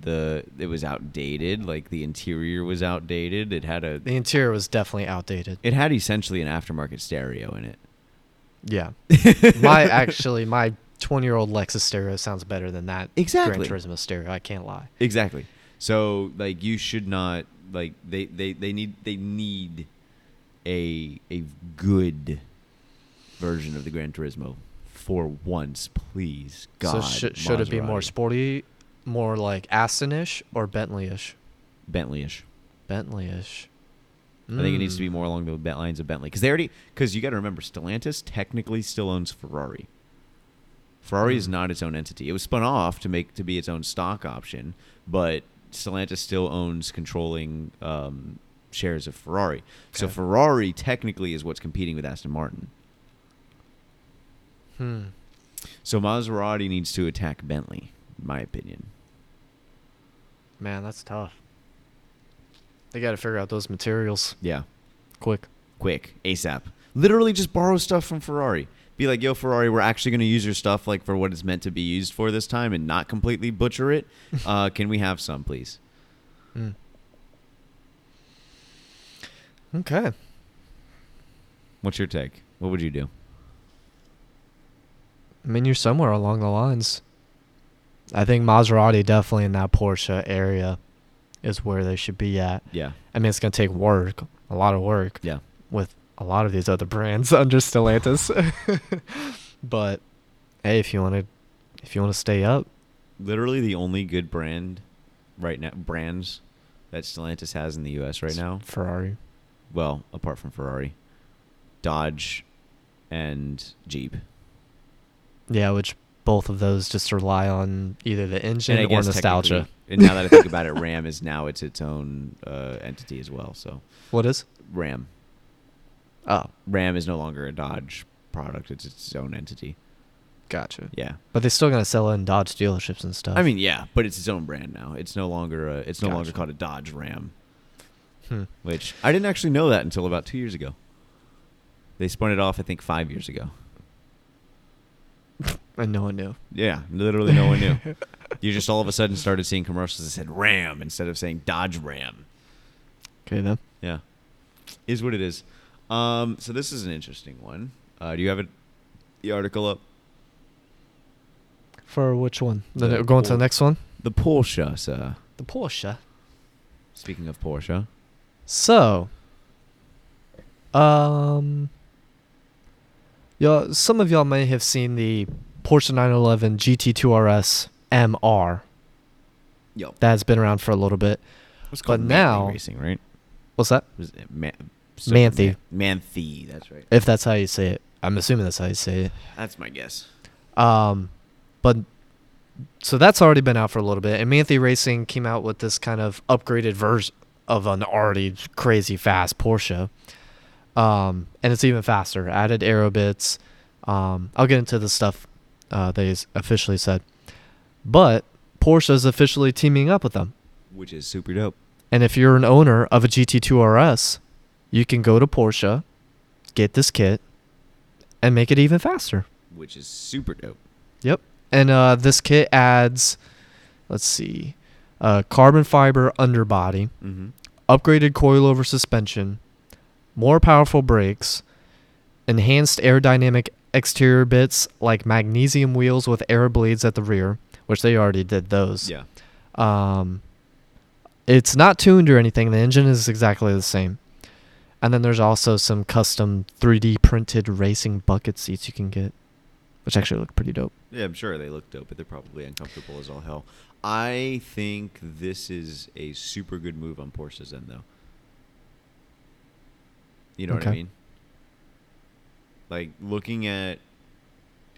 Speaker 1: The it was outdated. Like the interior was outdated. It had a
Speaker 2: The interior was definitely outdated.
Speaker 1: it had essentially an aftermarket stereo in it.
Speaker 2: yeah, my actually my twenty year old Lexus stereo sounds better than that
Speaker 1: Exactly.
Speaker 2: Gran Turismo stereo. I can't lie.
Speaker 1: Exactly. So like you should not like they they they need they need a a good version of the Gran Turismo for once, please. God.
Speaker 2: so sh- should it be more
Speaker 1: Maserati.
Speaker 2: sporty, more like Aston-ish or Bentley-ish?
Speaker 1: Bentley-ish?
Speaker 2: Bentley-ish.
Speaker 1: I think it needs to be
Speaker 2: Mm.
Speaker 1: more along the be- lines of Bentley because they already because you got to remember Stellantis technically still owns Ferrari. Ferrari is
Speaker 2: Mm.
Speaker 1: not its own entity. It was spun off to make to be its own stock option, but Stellantis still owns controlling um, shares of Ferrari. So
Speaker 2: Okay.
Speaker 1: Ferrari technically is what's competing with Aston Martin.
Speaker 2: Hmm.
Speaker 1: So Maserati needs to attack Bentley, in my opinion.
Speaker 2: Man, that's tough. They got to figure out those materials
Speaker 1: Yeah,
Speaker 2: quick.
Speaker 1: quick, ASAP. Literally just borrow stuff from Ferrari. Be like, yo, Ferrari, we're actually going to use your stuff like for what it's meant to be used for this time and not completely butcher it. Uh, can we have some, please?
Speaker 2: Mm. Okay.
Speaker 1: What's your take? What would you do?
Speaker 2: I mean, you're somewhere along the lines. I think Maserati definitely in that Porsche area is where they should be at.
Speaker 1: Yeah,
Speaker 2: I mean, it's going to take work, a lot of work
Speaker 1: yeah,
Speaker 2: with a lot of these other brands under Stellantis. but hey, if you want to if you want to stay up,
Speaker 1: literally the only good brand right now brands that Stellantis has in the U.S. right
Speaker 2: it's
Speaker 1: now.
Speaker 2: Ferrari.
Speaker 1: Well, apart from Ferrari, Dodge, and Jeep,
Speaker 2: Yeah, which both of those just rely on either the engine
Speaker 1: I
Speaker 2: or
Speaker 1: guess
Speaker 2: nostalgia.
Speaker 1: technically- And now that I think about it, Ram is now it's its own uh, entity as well. So
Speaker 2: What is?
Speaker 1: Ram,
Speaker 2: Oh,
Speaker 1: Ram is no longer a Dodge product; it's its own entity.
Speaker 2: gotcha.
Speaker 1: Yeah,
Speaker 2: But they're still gonna sell it in Dodge dealerships and stuff.
Speaker 1: I mean, yeah, but it's its own brand now. It's no longer a, it's no longer
Speaker 2: Gotcha.
Speaker 1: called a Dodge Ram,
Speaker 2: Hmm.
Speaker 1: which I didn't actually know that until about two years ago. They spun it off, I think, five years ago.
Speaker 2: and no one knew.
Speaker 1: Yeah, literally no one knew. you just all of a sudden started seeing commercials that said Ram instead of saying Dodge Ram.
Speaker 2: Okay then.
Speaker 1: Yeah, is what it is. Um, so this is an interesting one. Uh, do you have it, the article up?
Speaker 2: For which one?
Speaker 1: The
Speaker 2: Then we're going to the
Speaker 1: Por-
Speaker 2: next one.
Speaker 1: The Porsche, sir.
Speaker 2: The Porsche.
Speaker 1: Speaking of Porsche,
Speaker 2: So, um, y'all, some of y'all may have seen the Porsche 911 GT2 RS MR
Speaker 1: yo,
Speaker 2: that's been around for a little bit.
Speaker 1: what's
Speaker 2: but now-
Speaker 1: racing, right?
Speaker 2: What's that?
Speaker 1: Was it Man-
Speaker 2: Manthe.
Speaker 1: Man- Manthe, that's right.
Speaker 2: If that's how you say it, I'm assuming that's how you say it.
Speaker 1: That's my guess.
Speaker 2: Um, but so that's already been out for a little bit, and Manthe Racing came out with this kind of upgraded version of an already crazy fast Porsche. Um, and it's even faster. Added aero bits. Um, I'll get into the stuff uh, they s- officially said, but Porsche is officially teaming up with them.
Speaker 1: Which is super dope.
Speaker 2: And if you're an owner of a GT2 RS, you can go to Porsche, get this kit, and make it even faster.
Speaker 1: Which is super dope.
Speaker 2: Yep. And uh, this kit adds, let's see, uh, carbon fiber underbody,
Speaker 1: Mm-hmm.
Speaker 2: upgraded coilover suspension, more powerful brakes, enhanced aerodynamic exterior bits like magnesium wheels with air blades at the rear, which they already did those.
Speaker 1: Yeah.
Speaker 2: Um, it's not tuned or anything. The engine is exactly the same. And then there's also some custom 3D printed racing bucket seats you can get, which actually look pretty dope.
Speaker 1: Yeah, I'm sure they look dope, but they're probably uncomfortable as all hell. I think this is a super good move on Porsche's end, though. You know what I
Speaker 2: Okay.
Speaker 1: mean? Like looking at,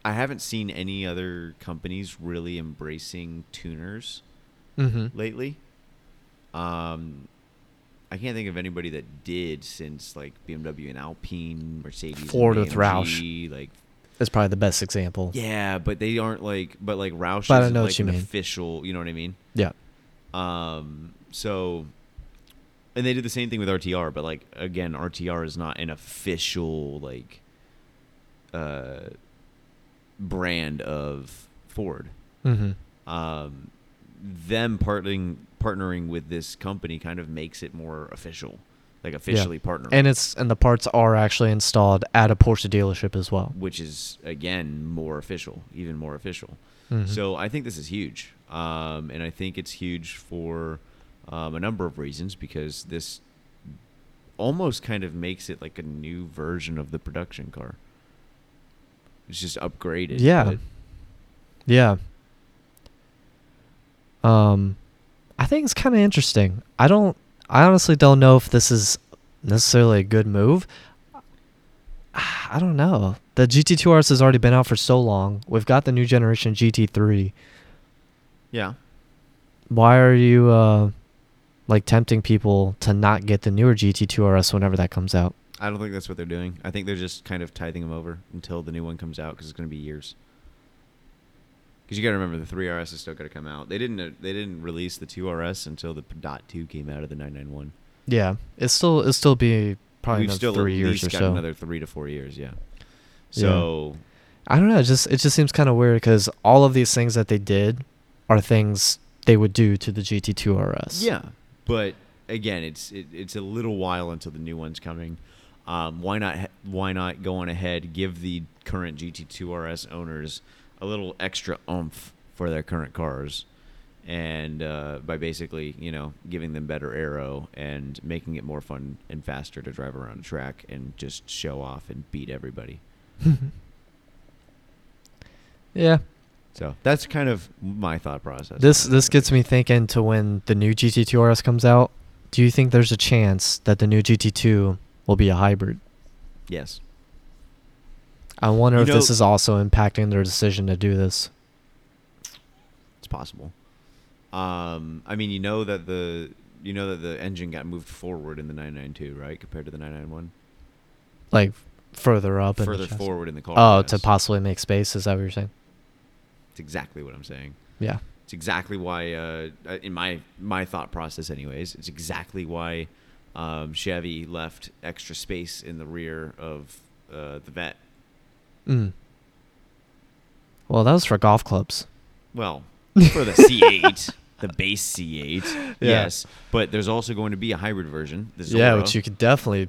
Speaker 1: I haven't seen any other companies really embracing tuners
Speaker 2: Mm-hmm.
Speaker 1: lately. Um, I can't think of anybody that did since like BMW and Alpine, Mercedes, and
Speaker 2: Ford with
Speaker 1: AMG, Like
Speaker 2: That's probably the best example.
Speaker 1: yeah, but they aren't like, but like Roush
Speaker 2: But I
Speaker 1: isn't
Speaker 2: know what
Speaker 1: like
Speaker 2: you
Speaker 1: an
Speaker 2: mean.
Speaker 1: official. You know what I mean?
Speaker 2: Yeah.
Speaker 1: Um. So, and they did the same thing with RTR, but like again, RTR is not an official like, uh, brand of Ford.
Speaker 2: Mm-hmm.
Speaker 1: Um, them partnering partnering with this company kind of makes it more official, like officially partnering.
Speaker 2: And it's and the parts are actually installed at a Porsche dealership as well.
Speaker 1: which is again more official, even more official.
Speaker 2: Mhm.
Speaker 1: So I think this is huge, um, and I think it's huge for um, a number of reasons because this almost kind of makes it like a new version of the production car. It's just upgraded.
Speaker 2: Yeah.
Speaker 1: but-
Speaker 2: Yeah. Um, I think it's kind of interesting. I don't. I honestly don't know if this is necessarily a good move. Ah, I don't know. The GT2 RS has already been out for so long. We've got the new generation GT3.
Speaker 1: yeah.
Speaker 2: Why are you uh, like tempting people to not get the newer GT2 RS whenever that comes out?
Speaker 1: I don't think that's what they're doing. I think they're just kind of tithing them over until the new one comes out because it's going to be years. Because you got to remember the three RS is still going to come out. They didn't. uh, They didn't release the two RS until the dot two came out of the nine nine one.
Speaker 2: Yeah, it's still it'll still be probably
Speaker 1: We've
Speaker 2: another
Speaker 1: still
Speaker 2: three
Speaker 1: at
Speaker 2: years
Speaker 1: least got
Speaker 2: or so.
Speaker 1: another three to four years. Yeah. So
Speaker 2: I don't know. It just it just seems kind of weird because all of these things that they did are things they would do to the GT2 RS.
Speaker 1: yeah, but again, it's it, it's a little while until the new one's coming. Um, why not? he- Why not go on ahead? Give the current GT2 RS owners a little extra oomph for their current cars, and uh, by basically you know giving them better aero and making it more fun and faster to drive around a track and just show off and beat everybody.
Speaker 2: Yeah.
Speaker 1: So that's kind of my thought process.
Speaker 2: This this gets me thinking to when the new GT2 RS comes out. Do you think there's a chance that the new GT2 will be a hybrid?
Speaker 1: yes.
Speaker 2: I wonder
Speaker 1: You
Speaker 2: if this
Speaker 1: know-
Speaker 2: is also impacting their decision to do this.
Speaker 1: It's possible. Um, I mean, you know that the you know that the engine got moved forward in the 992, right, compared to the 991.
Speaker 2: Like further up and
Speaker 1: Further forward in the car.
Speaker 2: Oh, to
Speaker 1: yes.
Speaker 2: possibly make space, is that what you're saying?
Speaker 1: It's exactly what I'm saying.
Speaker 2: Yeah.
Speaker 1: It's exactly why, uh, uh, in my my thought process, anyways, it's exactly why um, Chevy left extra space in the rear of uh, the vet.
Speaker 2: Mm. Well, that was for golf clubs.
Speaker 1: Well, for the C8. the base C8.
Speaker 2: Yeah.
Speaker 1: Yes, but there's also going to be a hybrid version. The
Speaker 2: Yeah,
Speaker 1: Zora.
Speaker 2: which you could definitely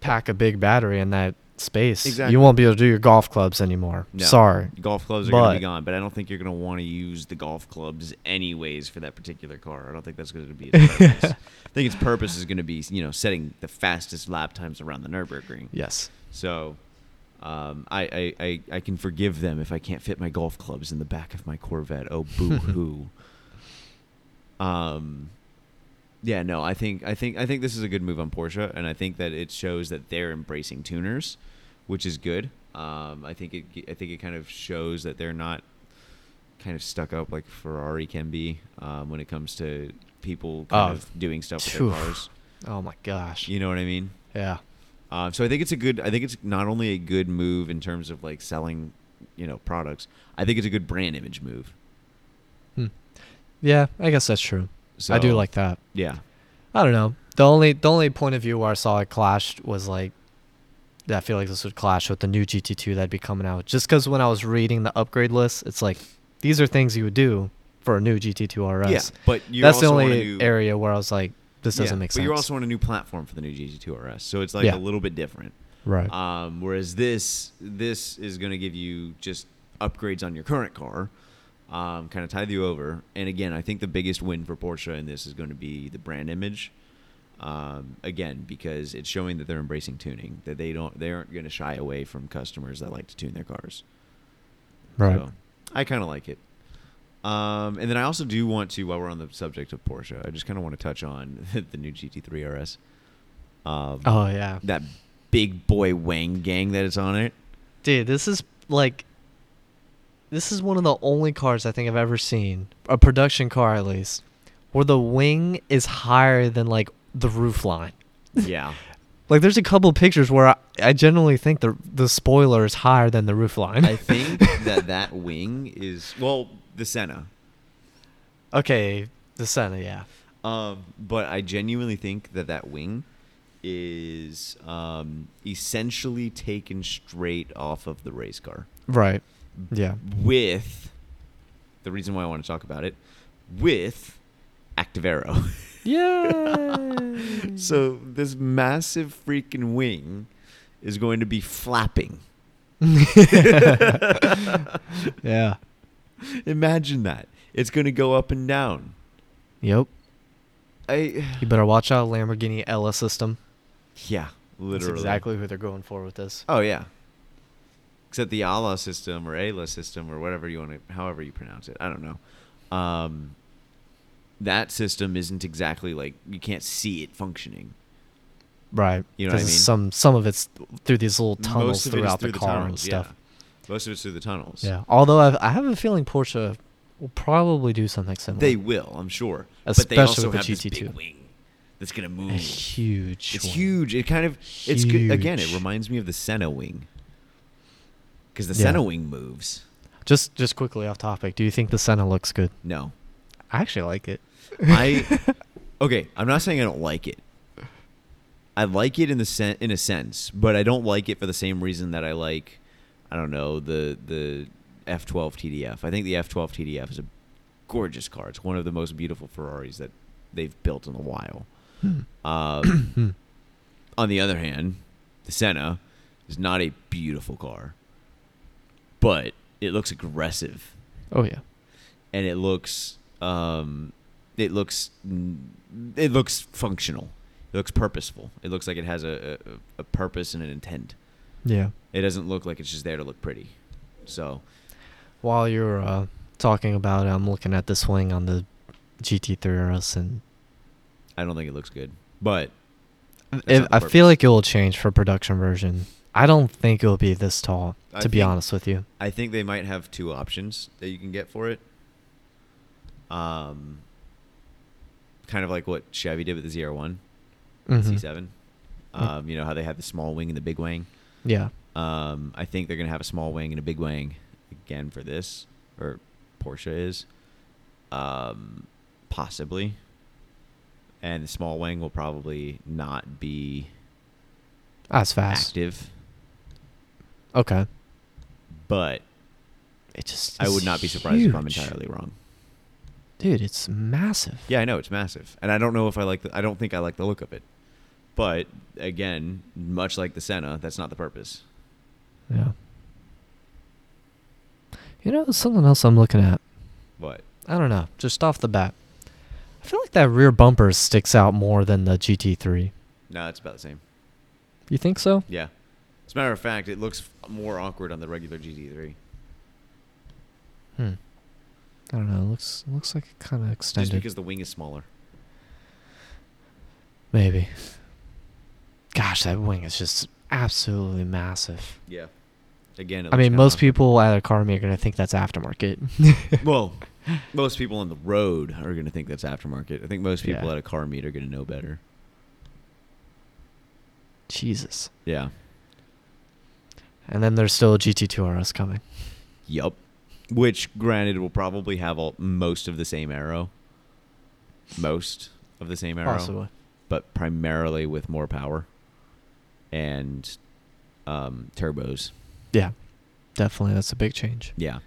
Speaker 2: pack a big battery in that space.
Speaker 1: Exactly.
Speaker 2: You won't be able to do your golf clubs anymore.
Speaker 1: No.
Speaker 2: Sorry.
Speaker 1: golf clubs are going to
Speaker 2: But-
Speaker 1: be gone, but I don't think you're going to want to use the golf clubs anyways for that particular car. I don't think that's going to be its purpose. I think its purpose is going to be, you know, setting the fastest lap times around the Nürburgring.
Speaker 2: Yes.
Speaker 1: So um, I, I, I, I can forgive them if I can't fit my golf clubs in the back of my Corvette. Oh, boo hoo. um, yeah, no, I think I think I think this is a good move on Porsche, and I think that it shows that they're embracing tuners, which is good. Um, I think it I think it kind of shows that they're not kind of stuck up like Ferrari can be um, when it comes to people kind
Speaker 2: Oh,
Speaker 1: of doing stuff with
Speaker 2: phew.
Speaker 1: their cars.
Speaker 2: Oh my gosh.
Speaker 1: You know what I mean?
Speaker 2: Yeah.
Speaker 1: Uh, so I think it's a good. I think it's not only a good move in terms of like selling, you know, products. I think it's a good brand image move.
Speaker 2: Hmm. Yeah, I guess that's true.
Speaker 1: So
Speaker 2: I do like that.
Speaker 1: Yeah,
Speaker 2: I don't know. The only the only point of view where I saw it clashed was like I feel like this would clash with the new GT2 that'd be coming out. Just because when I was reading the upgrade list, it's like these are things you would do for a new GT2 RS.
Speaker 1: yeah. But you
Speaker 2: That's the
Speaker 1: also want a
Speaker 2: only
Speaker 1: new,
Speaker 2: area where I was like, this
Speaker 1: yeah,
Speaker 2: doesn't make sense.
Speaker 1: But you're also on a new platform for the new GT2 RS, so it's like
Speaker 2: Yeah.
Speaker 1: a little bit different.
Speaker 2: right.
Speaker 1: Um, whereas this this is going to give you just upgrades on your current car, um, kind of tide you over. And again, I think the biggest win for Porsche in this is going to be the brand image. Um, again, because it's showing that they're embracing tuning, that they don't they aren't going to shy away from customers that like to tune their cars.
Speaker 2: right.
Speaker 1: So I kind of like it. Um, and then I also do want to, while we're on the subject of Porsche, I just kind of want to touch on the new GT3 RS. Um,
Speaker 2: Oh yeah,
Speaker 1: that big boy Wang gang that is on it.
Speaker 2: dude, this is like, this is one of the only cars I think I've ever seen, a production car at least, where the wing is higher than like the roof line.
Speaker 1: Yeah.
Speaker 2: Like, there's a couple pictures where I, I generally think the the spoiler is higher than the roof line.
Speaker 1: I think that that wing is well the Senna,
Speaker 2: okay, the Senna, yeah,
Speaker 1: um, but I genuinely think that that wing is um, essentially taken straight off of the race car.
Speaker 2: right, yeah,
Speaker 1: With the reason why I want to talk about it, with Active Arrow.
Speaker 2: Yay.
Speaker 1: so this massive freaking wing is going to be flapping.
Speaker 2: yeah,
Speaker 1: Imagine that. It's going to go up and down.
Speaker 2: yep.
Speaker 1: I
Speaker 2: You better watch out, Lamborghini Ella system.
Speaker 1: yeah,
Speaker 2: That's
Speaker 1: literally.
Speaker 2: exactly who they're going for with this.
Speaker 1: Oh yeah. Except the ALA system or ALA system or whatever you want to, however you pronounce it, I don't know. Um, that system isn't exactly like you can't see it functioning.
Speaker 2: Right.
Speaker 1: You know what I
Speaker 2: 'Cause it's
Speaker 1: mean?
Speaker 2: Some some of it's through these little tunnels
Speaker 1: Most of it is
Speaker 2: throughout
Speaker 1: through
Speaker 2: the car and
Speaker 1: tunnels,
Speaker 2: stuff.
Speaker 1: Yeah. Most of it's through the tunnels.
Speaker 2: Yeah. Although I've, I have a feeling Porsche will probably do something similar.
Speaker 1: They will, I'm sure. but
Speaker 2: Especially
Speaker 1: they also
Speaker 2: with the
Speaker 1: have this
Speaker 2: GT2.
Speaker 1: big wing that's gonna
Speaker 2: a
Speaker 1: move.
Speaker 2: huge.
Speaker 1: It's
Speaker 2: one.
Speaker 1: huge. It kind of it's good. again. It
Speaker 2: Huge.
Speaker 1: reminds me of the Senna wing because the
Speaker 2: Yeah.
Speaker 1: Senna wing moves.
Speaker 2: Just just quickly off topic. Do you think the Senna looks good?
Speaker 1: No,
Speaker 2: I actually like it.
Speaker 1: I okay. I'm not saying I don't like it. I like it in the sen- in a sense, but I don't like it for the same reason that I like, I don't know the the F12 TDF. I think the F12 TDF is a gorgeous car. It's one of the most beautiful Ferraris that they've built in a while. Um,
Speaker 2: Hmm.
Speaker 1: on the other hand, the Senna is not a beautiful car, but it looks aggressive
Speaker 2: Oh yeah.
Speaker 1: and it looks um it looks it looks functional it looks purposeful it looks like it has a, a, a purpose and an intent
Speaker 2: Yeah.
Speaker 1: it doesn't look like it's just there to look pretty so
Speaker 2: While you're uh, talking about, it, I'm looking at this wing on the GT3 RS, and
Speaker 1: i don't think it looks good but that's
Speaker 2: it,
Speaker 1: not the
Speaker 2: I feel
Speaker 1: purpose.
Speaker 2: like it will change for production version. I don't think it will be this tall,
Speaker 1: I
Speaker 2: to be
Speaker 1: think-
Speaker 2: honest with you.
Speaker 1: i think they might have two options that you can get for it um kind of like what chevy did with the zr1
Speaker 2: Mhm.
Speaker 1: c7 um you know how they had the small wing and the big wing
Speaker 2: Yeah.
Speaker 1: Um, I think they're going to have a small wing and a big wing again for this, or Porsche is, um, possibly. And the small wing will probably not be
Speaker 2: That's Ah, fast.
Speaker 1: active,
Speaker 2: Okay.
Speaker 1: but
Speaker 2: It just.
Speaker 1: I
Speaker 2: is
Speaker 1: would not be surprised if I'm
Speaker 2: huge.
Speaker 1: entirely wrong.
Speaker 2: Dude, it's massive.
Speaker 1: Yeah, I know it's massive, and I don't know if I like. The, I don't think I like the look of it, but again, much like the Senna, that's not the purpose.
Speaker 2: Yeah. You know, there's something else I'm looking at.
Speaker 1: What?
Speaker 2: I don't know. Just off the bat, I feel like that rear bumper sticks out more than the GT3.
Speaker 1: No, it's about the same.
Speaker 2: You think so?
Speaker 1: Yeah. As a matter of fact, it looks f- more awkward on the regular GT3.
Speaker 2: Hmm. I don't know. It looks looks like it kind of
Speaker 1: Just
Speaker 2: extended.
Speaker 1: because the wing is smaller.
Speaker 2: Maybe. Gosh, that wing is just absolutely massive.
Speaker 1: Yeah. Again, it
Speaker 2: I
Speaker 1: looks
Speaker 2: mean,
Speaker 1: kinda
Speaker 2: most
Speaker 1: awkward.
Speaker 2: people at a car maker are gonna think that's aftermarket.
Speaker 1: Well, most people on the road are going to think that's aftermarket. I think most people
Speaker 2: Yeah.
Speaker 1: at a car meet are going to know better.
Speaker 2: Jesus.
Speaker 1: Yeah.
Speaker 2: And then there's still a GT2 RS coming.
Speaker 1: Yup. Which, granted, will probably have all most of the same arrow. Most of the same arrow,
Speaker 2: Possibly.
Speaker 1: but primarily with more power and um, turbos.
Speaker 2: Yeah. Definitely, that's a big change.
Speaker 1: Yeah.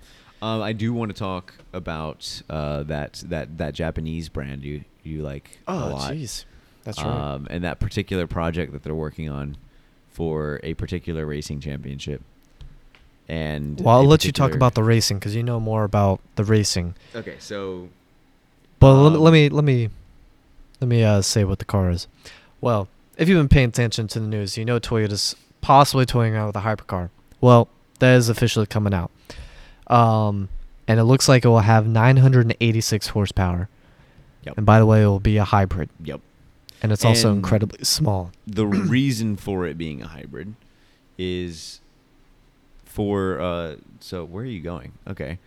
Speaker 1: Um, I do want to talk about uh, that that that Japanese brand you you like a lot.
Speaker 2: Oh, That's right.
Speaker 1: Um, and that particular project that they're working on for a particular racing championship. And
Speaker 2: Well,
Speaker 1: a
Speaker 2: I'll let you talk
Speaker 1: particular-
Speaker 2: about the racing because you know more about the racing.
Speaker 1: Okay, so
Speaker 2: But let, me- let
Speaker 1: Um,
Speaker 2: me let me let me uh, say what the car is. Well, if you've been paying attention to the news, you know Toyota's possibly toying around with a hypercar. Well, that is officially coming out, um, and it looks like it will have 986 horsepower.
Speaker 1: Yep.
Speaker 2: And by the way, it will be a hybrid,
Speaker 1: yep.
Speaker 2: and it's also
Speaker 1: And-
Speaker 2: incredibly small.
Speaker 1: The reason for it being a hybrid is for uh so where are you going? Okay.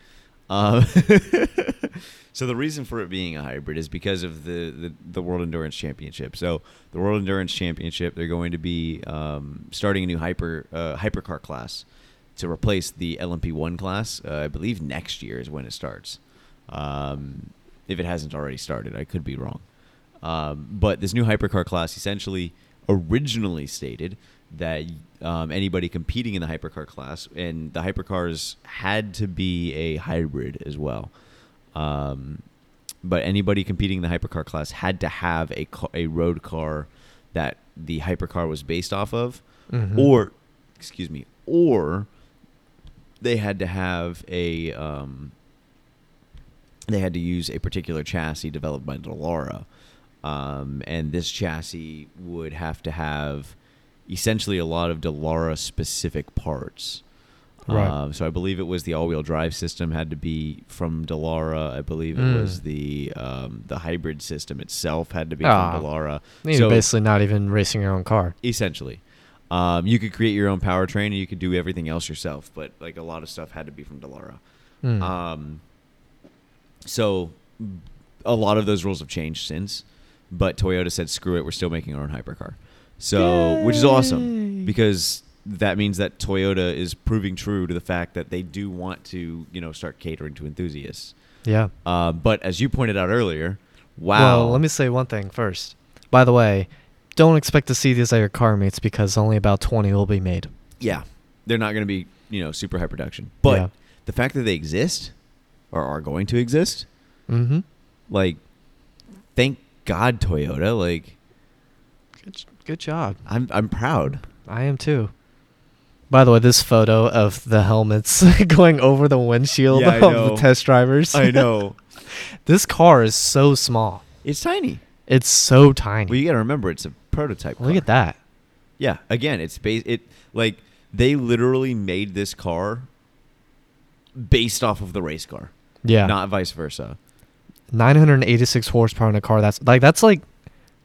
Speaker 1: Um so the reason for it being a hybrid is because of the, the the World Endurance Championship. So the World Endurance Championship, they're going to be um, starting a new hyper uh, hypercar class to replace the LMP1 class. Uh, I believe next year is when it starts. Um, if it hasn't already started, I could be wrong. Um, but this new hypercar class essentially originally stated that um, anybody competing in the hypercar class and the hypercars had to be a hybrid as well. Um, but anybody competing in the hypercar class had to have a ca- a road car that the hypercar was based off of,
Speaker 2: Mhm.
Speaker 1: or excuse me, or they had to have a um, they had to use a particular chassis developed by Delara, um, and this chassis would have to have essentially a lot of Delara specific parts.
Speaker 2: Right.
Speaker 1: Um, so I believe it was the all-wheel drive system had to be from Delara. I believe it
Speaker 2: Mm.
Speaker 1: was the um, the hybrid system itself had to be
Speaker 2: Ah.
Speaker 1: from Delara.
Speaker 2: You're
Speaker 1: So
Speaker 2: basically not even racing your own car.
Speaker 1: essentially, um, you could create your own powertrain and you could do everything else yourself. But like a lot of stuff had to be from Delara.
Speaker 2: Hmm.
Speaker 1: Um, so a lot of those rules have changed since, but Toyota said, "Screw it, we're still making our own hypercar." So, which is awesome
Speaker 2: Yay.
Speaker 1: because that means that Toyota is proving true to the fact that they do want to, you know, start catering to enthusiasts.
Speaker 2: yeah.
Speaker 1: Uh, but as you pointed out earlier, wow.
Speaker 2: Well, let me say one thing first. By the way, don't expect to see these at your car meets because only about 20 will be made.
Speaker 1: yeah, they're not going to be, you know, super high production, but
Speaker 2: Yeah.
Speaker 1: the fact that they exist or are going to exist
Speaker 2: Mm-hmm.
Speaker 1: like thank god toyota like
Speaker 2: Good, good job.
Speaker 1: i'm i'm proud
Speaker 2: I am too. By the way, this photo of the helmets going over the windshield
Speaker 1: Yeah, I
Speaker 2: of
Speaker 1: know.
Speaker 2: the test drivers.
Speaker 1: i know
Speaker 2: this car is so small.
Speaker 1: it's tiny
Speaker 2: It's so tiny.
Speaker 1: well you gotta remember it's a prototype
Speaker 2: Look
Speaker 1: car.
Speaker 2: at that.
Speaker 1: yeah again it's base it like they literally made this car based off of the race car
Speaker 2: Yeah.
Speaker 1: not vice versa
Speaker 2: 986 horsepower in a car that's like that's like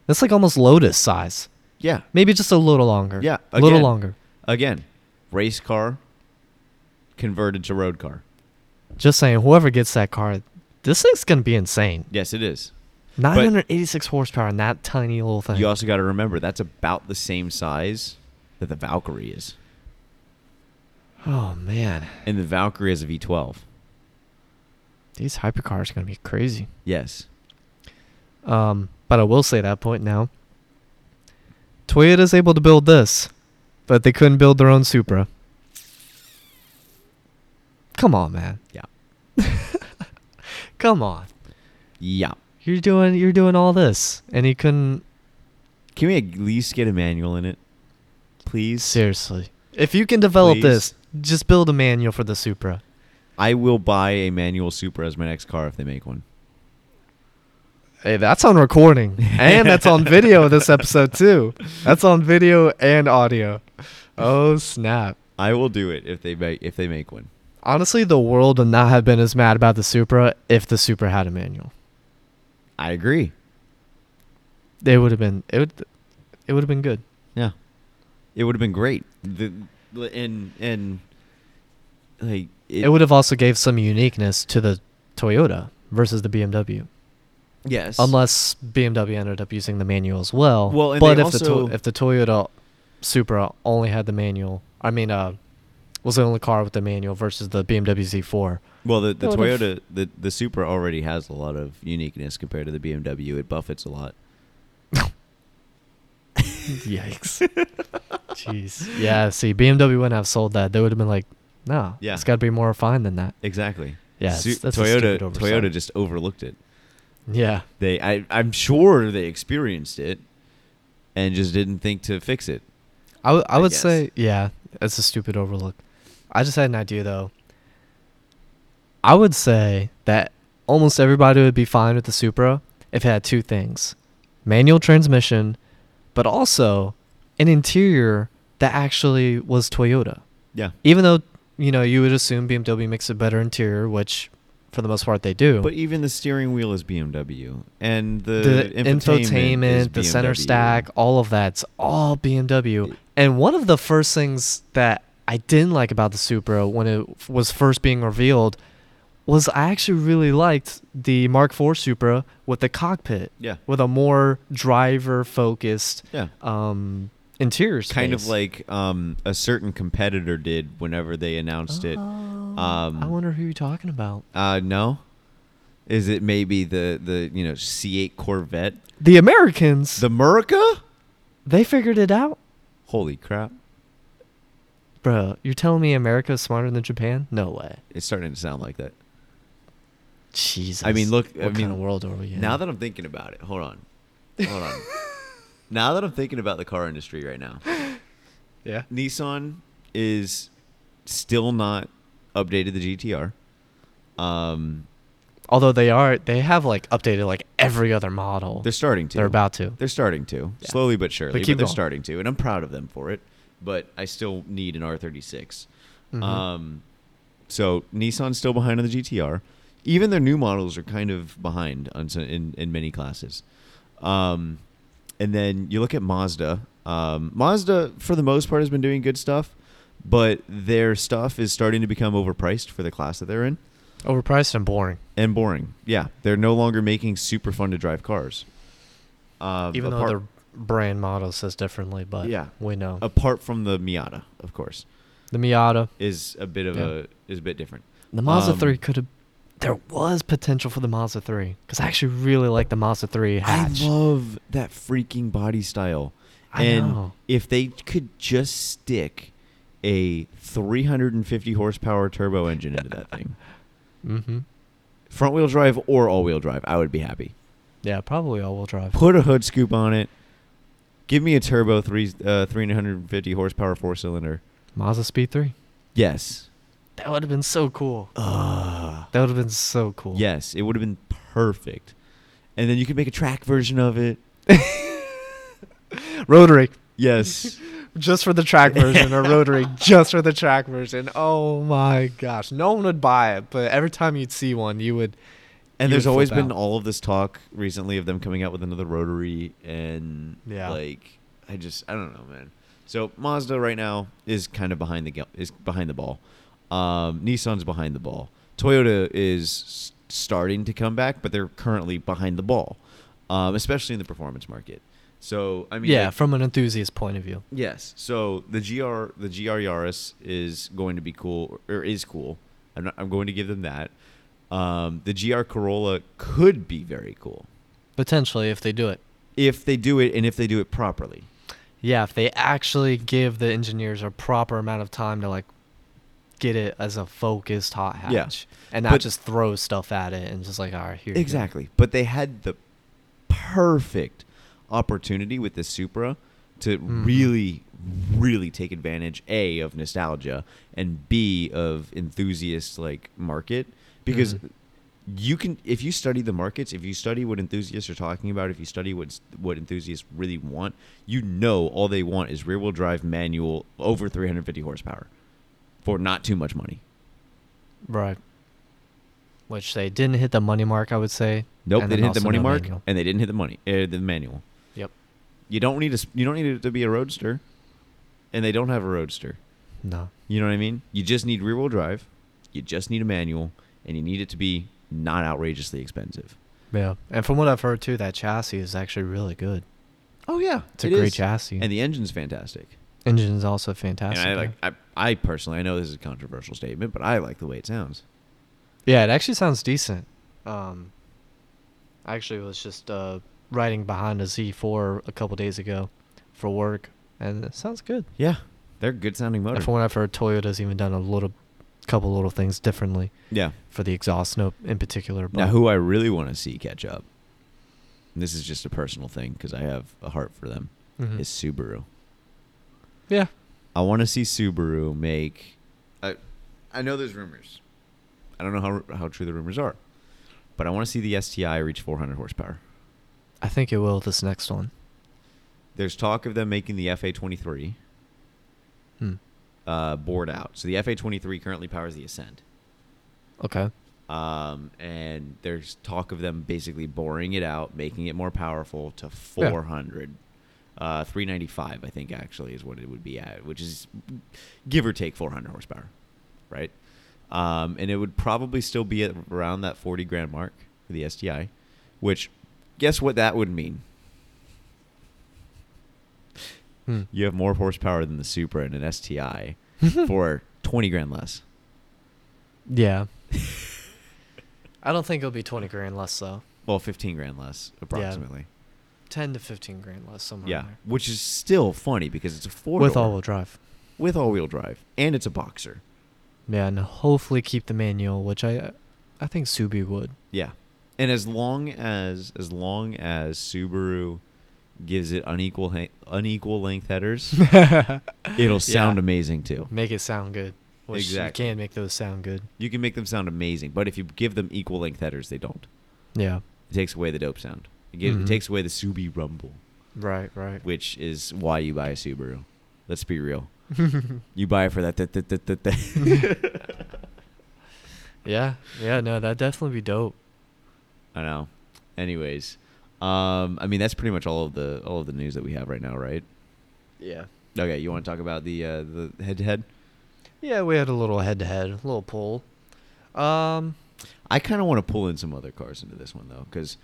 Speaker 2: that's like almost Lotus size.
Speaker 1: yeah
Speaker 2: Maybe just a little longer.
Speaker 1: Yeah,
Speaker 2: A little
Speaker 1: again.
Speaker 2: longer.
Speaker 1: again race car converted to road car
Speaker 2: Just saying, whoever gets that car, this thing's gonna be insane.
Speaker 1: yes it is
Speaker 2: 986 horsepower in that tiny little thing.
Speaker 1: you also got to remember that's about the same size that the valkyrie is
Speaker 2: oh man,
Speaker 1: and the valkyrie is a v12
Speaker 2: these hypercars are gonna be crazy.
Speaker 1: yes
Speaker 2: Um, but I will say that point now. Toyota's able to build this, but they couldn't build their own Supra. Come on, man.
Speaker 1: yeah
Speaker 2: Come on.
Speaker 1: Yeah.
Speaker 2: You're doing you're doing all this, and he couldn't.
Speaker 1: Can we at least get a manual in it, please?
Speaker 2: Seriously, if you can develop
Speaker 1: Please.
Speaker 2: this, just build a manual for the Supra.
Speaker 1: I will buy a manual Supra as my next car if they make one.
Speaker 2: Hey, that's on recording, and that's on video this episode too. That's on video and audio. Oh snap!
Speaker 1: I will do it if they make if they make one.
Speaker 2: Honestly, the world would not have been as mad about the Supra if the Supra had a manual.
Speaker 1: I agree.
Speaker 2: They would have been it would it would have been good.
Speaker 1: Yeah, it would have been great. The and and like
Speaker 2: It, would have also gave some uniqueness to the Toyota versus the BMW.
Speaker 1: yes
Speaker 2: Unless BMW ended up using the manual as well.
Speaker 1: Well, and
Speaker 2: but
Speaker 1: they
Speaker 2: if the
Speaker 1: also-
Speaker 2: to- if the Toyota Supra only had the manual, I mean, uh, was the only car with the manual versus the BMW Z4.
Speaker 1: Well, the, the
Speaker 2: That would've-
Speaker 1: Toyota, the, the Supra already has a lot of uniqueness compared to the BMW. It buffets a lot.
Speaker 2: Yikes! Jeez. Yeah. See, BMW wouldn't have sold that. They would have been like, nah.
Speaker 1: Yeah.
Speaker 2: It's got to be more refined than that.
Speaker 1: Exactly.
Speaker 2: Yeah.
Speaker 1: Su-
Speaker 2: it's- that's a
Speaker 1: Toyota.
Speaker 2: stupid oversight.
Speaker 1: Toyota just overlooked it.
Speaker 2: Yeah.
Speaker 1: They, I, I'm sure they experienced it, and just didn't think to fix it.
Speaker 2: I, w- I
Speaker 1: I
Speaker 2: would
Speaker 1: guess.
Speaker 2: say, yeah, it's a stupid overlook. I just had an idea though. I would say that almost everybody would be fine with the Supra if it had two things manual transmission, but also an interior that actually was Toyota.
Speaker 1: Yeah.
Speaker 2: Even though, you know, you would assume BMW makes a better interior, which for the most part they do.
Speaker 1: But even the steering wheel is BMW, and the,
Speaker 2: the
Speaker 1: infotainment, is
Speaker 2: infotainment, the center
Speaker 1: BMW.
Speaker 2: stack, all of that's all BMW. And one of the first things that I didn't like about the Supra when it f- was first being revealed was I actually really liked the Mark IV Supra with the cockpit,
Speaker 1: Yeah.
Speaker 2: with a more driver focused
Speaker 1: Yeah.
Speaker 2: um, interior space.
Speaker 1: Kind of like um, a certain competitor did whenever they announced it.
Speaker 2: Oh,
Speaker 1: Um,
Speaker 2: I wonder who you're talking about.
Speaker 1: Uh, no, is it maybe the the you know C8 Corvette?
Speaker 2: The Americans,
Speaker 1: The Murica?
Speaker 2: they figured it out.
Speaker 1: Holy crap.
Speaker 2: Bro, you're telling me America is smarter than Japan? No way.
Speaker 1: It's starting to sound like that.
Speaker 2: Jesus.
Speaker 1: I mean, look, I
Speaker 2: what kind
Speaker 1: mean,
Speaker 2: of world are we in?
Speaker 1: Now that I'm thinking about it, hold on. Hold on. now that I'm thinking about the car industry right now,
Speaker 2: yeah,
Speaker 1: Nissan is still not updated the GTR. Um,
Speaker 2: although they are, they have like updated like every other model.
Speaker 1: they're starting to.
Speaker 2: They're about to.
Speaker 1: They're starting to.
Speaker 2: Yeah.
Speaker 1: Slowly but surely. But,
Speaker 2: keep
Speaker 1: they're
Speaker 2: going.
Speaker 1: starting to. And I'm proud of them for it. But I still need an R36.
Speaker 2: Mhm.
Speaker 1: Um, so Nissan's still behind on the GTR. Even their new models are kind of behind on so- in, in many classes. Um, and then you look at Mazda. Um, Mazda, for the most part, has been doing good stuff, but their stuff is starting to become overpriced for the class that they're in
Speaker 2: Overpriced and boring.
Speaker 1: and boring. Yeah, they're no longer making super fun to drive cars. Um,
Speaker 2: Even though
Speaker 1: apart-
Speaker 2: their brand model says differently, but
Speaker 1: Yeah.
Speaker 2: we know
Speaker 1: apart from the Miata, of course,
Speaker 2: the Miata,
Speaker 1: is a bit of
Speaker 2: Yeah.
Speaker 1: a is a bit different.
Speaker 2: the Mazda
Speaker 1: Um,
Speaker 2: three could have. There was potential for the Mazda three because I actually really like the Mazda three hatch.
Speaker 1: I love that freaking body style.
Speaker 2: I
Speaker 1: and
Speaker 2: know.
Speaker 1: if they could just stick a 350 horsepower turbo engine into that thing,
Speaker 2: mm-hmm.
Speaker 1: front wheel drive or all wheel drive, I would be happy.
Speaker 2: Yeah, probably all wheel drive.
Speaker 1: Put a hood scoop on it. Give me a turbo three uh, 350 horsepower four cylinder.
Speaker 2: Mazda Speed three.
Speaker 1: Yes.
Speaker 2: That would have been so cool.
Speaker 1: Uh,
Speaker 2: That would have been so cool.
Speaker 1: yes, it would have been perfect. And then you could make a track version of it.
Speaker 2: Rotary.
Speaker 1: Yes.
Speaker 2: just for the track version or rotary just for the track version oh my gosh no one would buy it but every time you'd see one you would
Speaker 1: And
Speaker 2: you
Speaker 1: there's
Speaker 2: would flip
Speaker 1: always been
Speaker 2: out.
Speaker 1: all of this talk recently of them coming out with another rotary, and
Speaker 2: Yeah.
Speaker 1: like I just I don't know, man. So Mazda right now is kind of behind the ga- is behind the ball. Um, Nissan's behind the ball. Toyota is s- starting to come back, but they're currently behind the ball, um, especially in the performance market. So I mean,
Speaker 2: yeah
Speaker 1: like,
Speaker 2: from an enthusiast point of view
Speaker 1: Yes. So the gr the gr Yaris is going to be cool or is cool. I'm not, I'm going to give them that. Um, the gr Corolla could be very cool
Speaker 2: potentially if they do it
Speaker 1: if they do it and if they do it properly.
Speaker 2: yeah if they actually give the engineers a proper amount of time to like get it as a focused hot hatch
Speaker 1: Yeah.
Speaker 2: and not
Speaker 1: But-
Speaker 2: just throw stuff at it and just like all right here you go."
Speaker 1: Exactly. But they had the perfect opportunity with the Supra to
Speaker 2: Mhm.
Speaker 1: really, really take advantage A of nostalgia and B of enthusiast like market. Because
Speaker 2: Mhm.
Speaker 1: you can if you study the markets, if you study what enthusiasts are talking about, if you study what what enthusiasts really want, you know all they want is rear wheel drive manual over 350 horsepower for not too much money.
Speaker 2: right which they didn't hit the money mark i would say
Speaker 1: Nope,
Speaker 2: and
Speaker 1: they
Speaker 2: then
Speaker 1: didn't hit the
Speaker 2: also
Speaker 1: money
Speaker 2: no
Speaker 1: mark,
Speaker 2: manual.
Speaker 1: and they didn't hit the money uh, the manual.
Speaker 2: yep
Speaker 1: You don't need a, you don't need it to be a roadster, and they don't have a roadster.
Speaker 2: no
Speaker 1: You know what I mean? You just need rear wheel drive, you just need a manual, and you need it to be not outrageously expensive.
Speaker 2: yeah and from what i've heard too that chassis is actually really good
Speaker 1: Oh yeah,
Speaker 2: it's a
Speaker 1: it
Speaker 2: great
Speaker 1: is.
Speaker 2: chassis
Speaker 1: and the engine's fantastic.
Speaker 2: engine is also
Speaker 1: And
Speaker 2: fantastic
Speaker 1: I
Speaker 2: yeah.
Speaker 1: like I, I personally I know this is a controversial statement, but I like the way it sounds.
Speaker 2: Yeah, it actually sounds decent. Um, I actually was just uh, riding behind a Z4 a couple days ago for work, and it sounds good.
Speaker 1: Yeah, they're good sounding
Speaker 2: And
Speaker 1: motor.
Speaker 2: From what I've heard, Toyota's even done a little, couple little things differently
Speaker 1: Yeah.
Speaker 2: for the exhaust note in particular. But
Speaker 1: Now, who I really want to see catch up, and this is just a personal thing because I have a heart for them,
Speaker 2: Mhm.
Speaker 1: is Subaru.
Speaker 2: yeah,
Speaker 1: I want to see Subaru make. I, I know there's rumors. I don't know how how true the rumors are, but I want to see the STI reach 400 horsepower.
Speaker 2: I think it will this next one.
Speaker 1: There's talk of them making the FA23
Speaker 2: Hmm.
Speaker 1: uh, board out. So the FA23 currently powers the Ascent,
Speaker 2: Okay.
Speaker 1: um, and there's talk of them basically boring it out, making it more powerful to 400. Uh, 395, I think, actually, is what it would be at, which is give or take 400 horsepower, right? Um, and it would probably still be at around that 40 grand mark for the STI, which guess what that would mean?
Speaker 2: Hmm.
Speaker 1: You have more horsepower than the Supra and an STI for 20 grand less.
Speaker 2: Yeah. I don't think it'll be twenty grand less though.
Speaker 1: Well, 15 grand less, approximately.
Speaker 2: Ten to fifteen grand less
Speaker 1: Yeah.
Speaker 2: somewhere. in there.
Speaker 1: Which is still funny because it's a four
Speaker 2: with all-wheel drive.
Speaker 1: With all wheel drive. And it's a boxer.
Speaker 2: Yeah, and hopefully keep the manual, which I, I think Subi would.
Speaker 1: Yeah. And as long as as long as Subaru gives it unequal ha- unequal length headers, it'll sound
Speaker 2: Yeah.
Speaker 1: amazing too.
Speaker 2: Make it sound good. Which
Speaker 1: Exactly.
Speaker 2: You can make those sound good.
Speaker 1: You can make them sound amazing, but if you give them equal length headers, they don't.
Speaker 2: Yeah.
Speaker 1: It takes away the dope sound. It, gives,
Speaker 2: Mhm.
Speaker 1: it takes away the Subi rumble,
Speaker 2: Right. Right.
Speaker 1: which is why you buy a Subaru. Let's be real. You buy it for that. that, that, that, that, that.
Speaker 2: yeah. Yeah. No, that'd definitely be dope.
Speaker 1: I know. Anyways, um, I mean that's pretty much all of the all of the news that we have right now, right?
Speaker 2: Yeah.
Speaker 1: Okay, you want to talk about the uh, the head to head?
Speaker 2: Yeah, we had a little head-to-head, a little pull. Um.
Speaker 1: I kind of want to pull in some other cars into this one though, because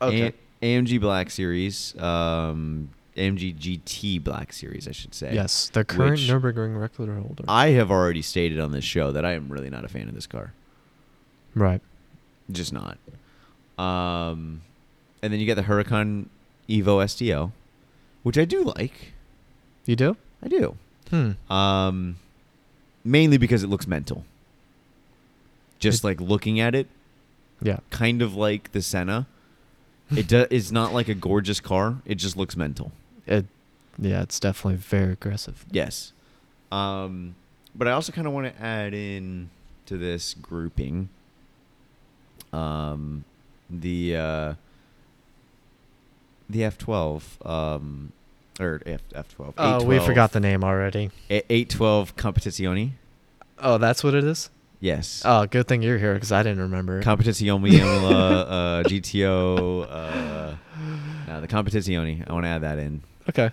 Speaker 2: Okay.
Speaker 1: AMG Black Series, um, AMG GT Black Series, I should say.
Speaker 2: yes, the current
Speaker 1: which-
Speaker 2: Nurburgring record holder.
Speaker 1: I have already stated on this show that I am really not a fan of this car,
Speaker 2: right.
Speaker 1: just not. Um, and then you got the Huracan Evo STL, which I do like.
Speaker 2: You do?
Speaker 1: I do.
Speaker 2: Hmm.
Speaker 1: Um, mainly because it looks mental. Just
Speaker 2: It-
Speaker 1: like looking at it,
Speaker 2: Yeah.
Speaker 1: kind of like the Senna. It do, it's not like a gorgeous car. It just looks mental.
Speaker 2: It. Yeah, it's definitely very aggressive.
Speaker 1: Yes. Um, but I also kind of want to add in to this grouping. Um, the uh, the F twelve um, or F F twelve.
Speaker 2: Oh, we forgot the name already.
Speaker 1: eight twelve Competizione.
Speaker 2: Oh, that's what it is.
Speaker 1: Yes.
Speaker 2: Oh, good thing you're here because I didn't remember. it.
Speaker 1: Competizione uh, GTO. Uh, no, the Competizione. I want to add that in,
Speaker 2: Okay.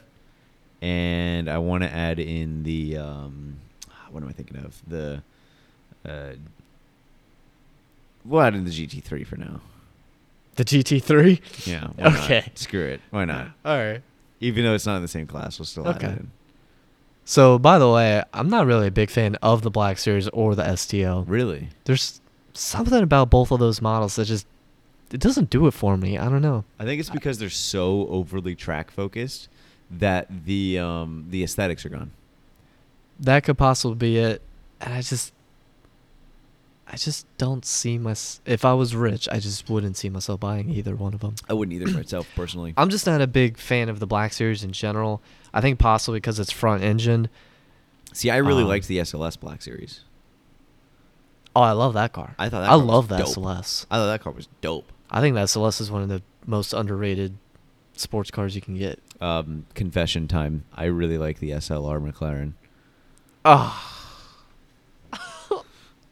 Speaker 1: and I want to add in the um, what am I thinking of? The uh, we'll add in the GT3 for now.
Speaker 2: The GT3.
Speaker 1: Yeah. why not?
Speaker 2: Okay.
Speaker 1: Screw it. Why not?
Speaker 2: All right.
Speaker 1: Even though it's not in the same class, we'll still add
Speaker 2: Okay.
Speaker 1: it in.
Speaker 2: So, by the way, I'm not really a big fan of the Black Series or the STL.
Speaker 1: Really?
Speaker 2: There's something about both of those models that just it doesn't do it for me. I don't know.
Speaker 1: I think it's because they're so overly track focused that the um, the aesthetics are gone.
Speaker 2: That could possibly be it. And I just I just don't see my. If I was rich, I just wouldn't see myself buying either one of them.
Speaker 1: I wouldn't either myself personally.
Speaker 2: I'm just not a big fan of the Black Series in general. I think possibly because it's front engine.
Speaker 1: See, I really
Speaker 2: um,
Speaker 1: liked the SLS Black Series.
Speaker 2: Oh, I love that car.
Speaker 1: I thought that
Speaker 2: I
Speaker 1: car was
Speaker 2: love that
Speaker 1: dope.
Speaker 2: SLS.
Speaker 1: I thought that car was dope.
Speaker 2: I think that SLS is one of the most underrated sports cars you can get.
Speaker 1: Um, confession time. I really like the SLR McLaren. Ah.
Speaker 2: Oh.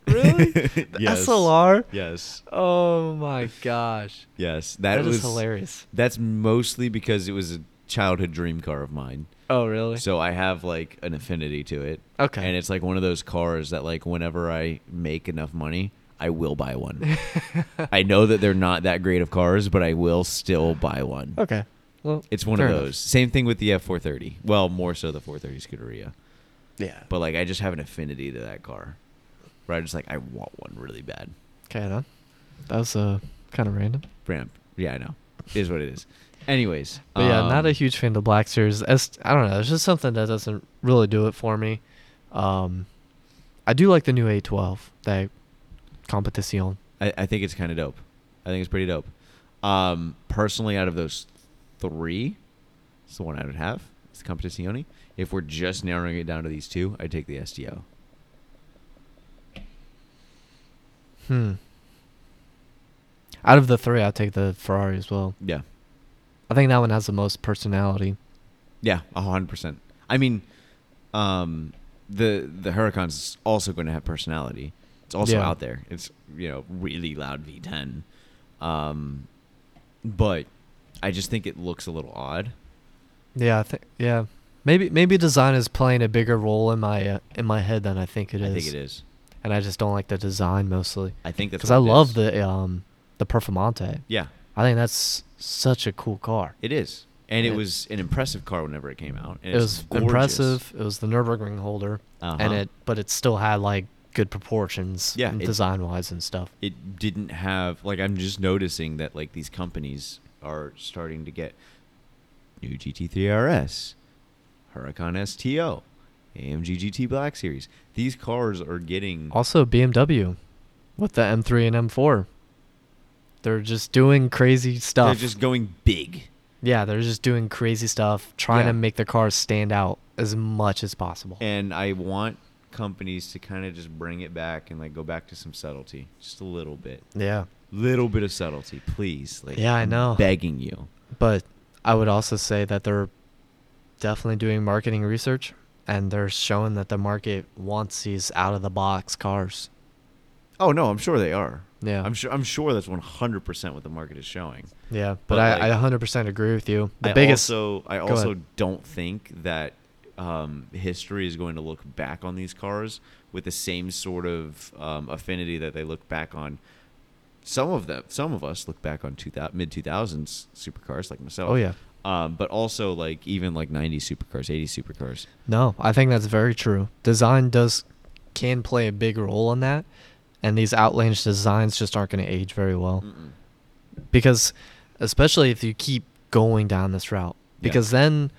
Speaker 2: really? The
Speaker 1: Yes.
Speaker 2: SLR?
Speaker 1: Yes.
Speaker 2: Oh my gosh.
Speaker 1: Yes.
Speaker 2: That
Speaker 1: That,
Speaker 2: is
Speaker 1: was
Speaker 2: hilarious.
Speaker 1: That's mostly because it was a childhood dream car of mine.
Speaker 2: Oh really?
Speaker 1: So I have like an affinity to it.
Speaker 2: Okay.
Speaker 1: And it's like one of those cars that like whenever I make enough money, I will buy one. I know that they're not that great of cars, but I will still buy one.
Speaker 2: okay. Well,
Speaker 1: It's one
Speaker 2: fair
Speaker 1: of
Speaker 2: enough.
Speaker 1: those. Same thing with the F430. Well, more so the 430 Scuderia.
Speaker 2: Yeah.
Speaker 1: But like I just have an affinity to that car. Where I just like I want one really bad.
Speaker 2: Okay then. That was uh kind of random.
Speaker 1: Ramp. Yeah, I know. It is what it is. Anyways.
Speaker 2: But yeah, not a
Speaker 1: um,
Speaker 2: huge fan of Black Series. As, I don't know. There's just something that doesn't really do it for me. Um, I do like the new A12, that competition.
Speaker 1: I, I think it's kind of dope. I think it's pretty dope. Um, personally, out of those three, it's the one I would have. It's the Competizione. If we're just narrowing it down to these two, I'd take the STO.
Speaker 2: Hmm. Out of the three, I take the Ferrari as well.
Speaker 1: Yeah.
Speaker 2: I think that one has the most personality.
Speaker 1: Yeah, a hundred percent. I mean, um, the the Huracan's also going to have personality. It's also
Speaker 2: Yeah.
Speaker 1: out there. It's you know really loud V10, um, but I just think it looks a little odd.
Speaker 2: Yeah, I think. Yeah, maybe maybe design is playing a bigger role in my uh, in my head than I think it is.
Speaker 1: I think it is.
Speaker 2: and I just don't like the design mostly
Speaker 1: I think that's
Speaker 2: because
Speaker 1: what
Speaker 2: I
Speaker 1: it
Speaker 2: love
Speaker 1: is.
Speaker 2: the um the Performante.
Speaker 1: yeah.
Speaker 2: I think that's such a cool car.
Speaker 1: It is. And it
Speaker 2: It-
Speaker 1: was an impressive car whenever it came out. and
Speaker 2: It
Speaker 1: it's
Speaker 2: was
Speaker 1: gorgeous.
Speaker 2: impressive. It was the Nurburgring holder,
Speaker 1: Uh-huh.
Speaker 2: and it but it still had like good proportions,
Speaker 1: Yeah, it-
Speaker 2: design wise and stuff.
Speaker 1: It didn't have like I'm just noticing that like these companies are starting to get new GT3 RS, Huracan STO, AMG GT Black Series. These cars are getting
Speaker 2: Also BMW with the M3 and M4. They're just doing crazy
Speaker 1: they're
Speaker 2: stuff.
Speaker 1: just going big.
Speaker 2: yeah, they're just doing crazy stuff, trying
Speaker 1: Yeah.
Speaker 2: to make their cars stand out as much as possible.
Speaker 1: And I want companies to kind of just bring it back and like go back to some subtlety, just a little bit.
Speaker 2: yeah.
Speaker 1: Little bit of subtlety, please. Like
Speaker 2: Yeah, I
Speaker 1: I'm
Speaker 2: know.
Speaker 1: Begging you.
Speaker 2: But I would also say that they're definitely doing marketing research and they're showing that the market wants these out of the box cars.
Speaker 1: Oh no, I'm sure they are.
Speaker 2: Yeah.
Speaker 1: I'm sure. I'm sure that's 100 percent what the market is showing.
Speaker 2: Yeah, but,
Speaker 1: But,
Speaker 2: I,
Speaker 1: like,
Speaker 2: I 100% agree with you. The
Speaker 1: I
Speaker 2: biggest
Speaker 1: also, I
Speaker 2: Go
Speaker 1: also
Speaker 2: ahead.
Speaker 1: don't think that um, history is going to look back on these cars with the same sort of um, affinity that they look back on. Some of them, some of us look back on two thousand mid 2000s supercars like myself.
Speaker 2: Oh yeah.
Speaker 1: Um, but also like even like 90s supercars, 80s supercars.
Speaker 2: No, I think that's very true. Design does can play a big role in that, and these outlandish designs just aren't going to age very well
Speaker 1: Mm-mm.
Speaker 2: because, especially if you keep going down this route,
Speaker 1: Yeah.
Speaker 2: because then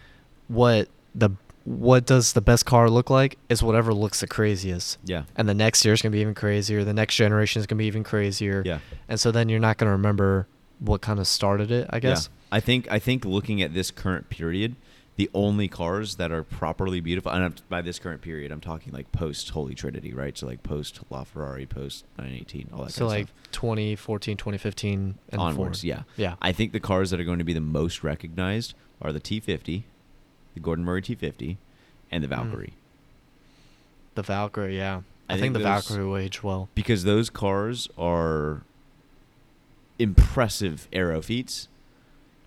Speaker 2: what the what does the best car look like is whatever looks the craziest.
Speaker 1: Yeah.
Speaker 2: And the next year's going to be even crazier. The next generation is going to be even crazier.
Speaker 1: Yeah.
Speaker 2: And so then you're not going to remember what kind of started it, I
Speaker 1: Yeah.
Speaker 2: guess.
Speaker 1: I think I think looking at this current period, the only cars that are properly beautiful, and I'm, by this current period, I'm talking like post Holy Trinity, right? So like post LaFerrari, post 918, all that
Speaker 2: So
Speaker 1: kind
Speaker 2: like
Speaker 1: of stuff.
Speaker 2: 2014, 2015 and
Speaker 1: Onwards,
Speaker 2: forward.
Speaker 1: yeah.
Speaker 2: Yeah.
Speaker 1: I think the cars that are going to be the most recognized are the T50, the Gordon Murray T50, and the
Speaker 2: Mm.
Speaker 1: Valkyrie,
Speaker 2: The Valkyrie, yeah.
Speaker 1: I
Speaker 2: I,
Speaker 1: think
Speaker 2: think, the
Speaker 1: those-
Speaker 2: Valkyrie will age well.
Speaker 1: because those cars are impressive aero feats,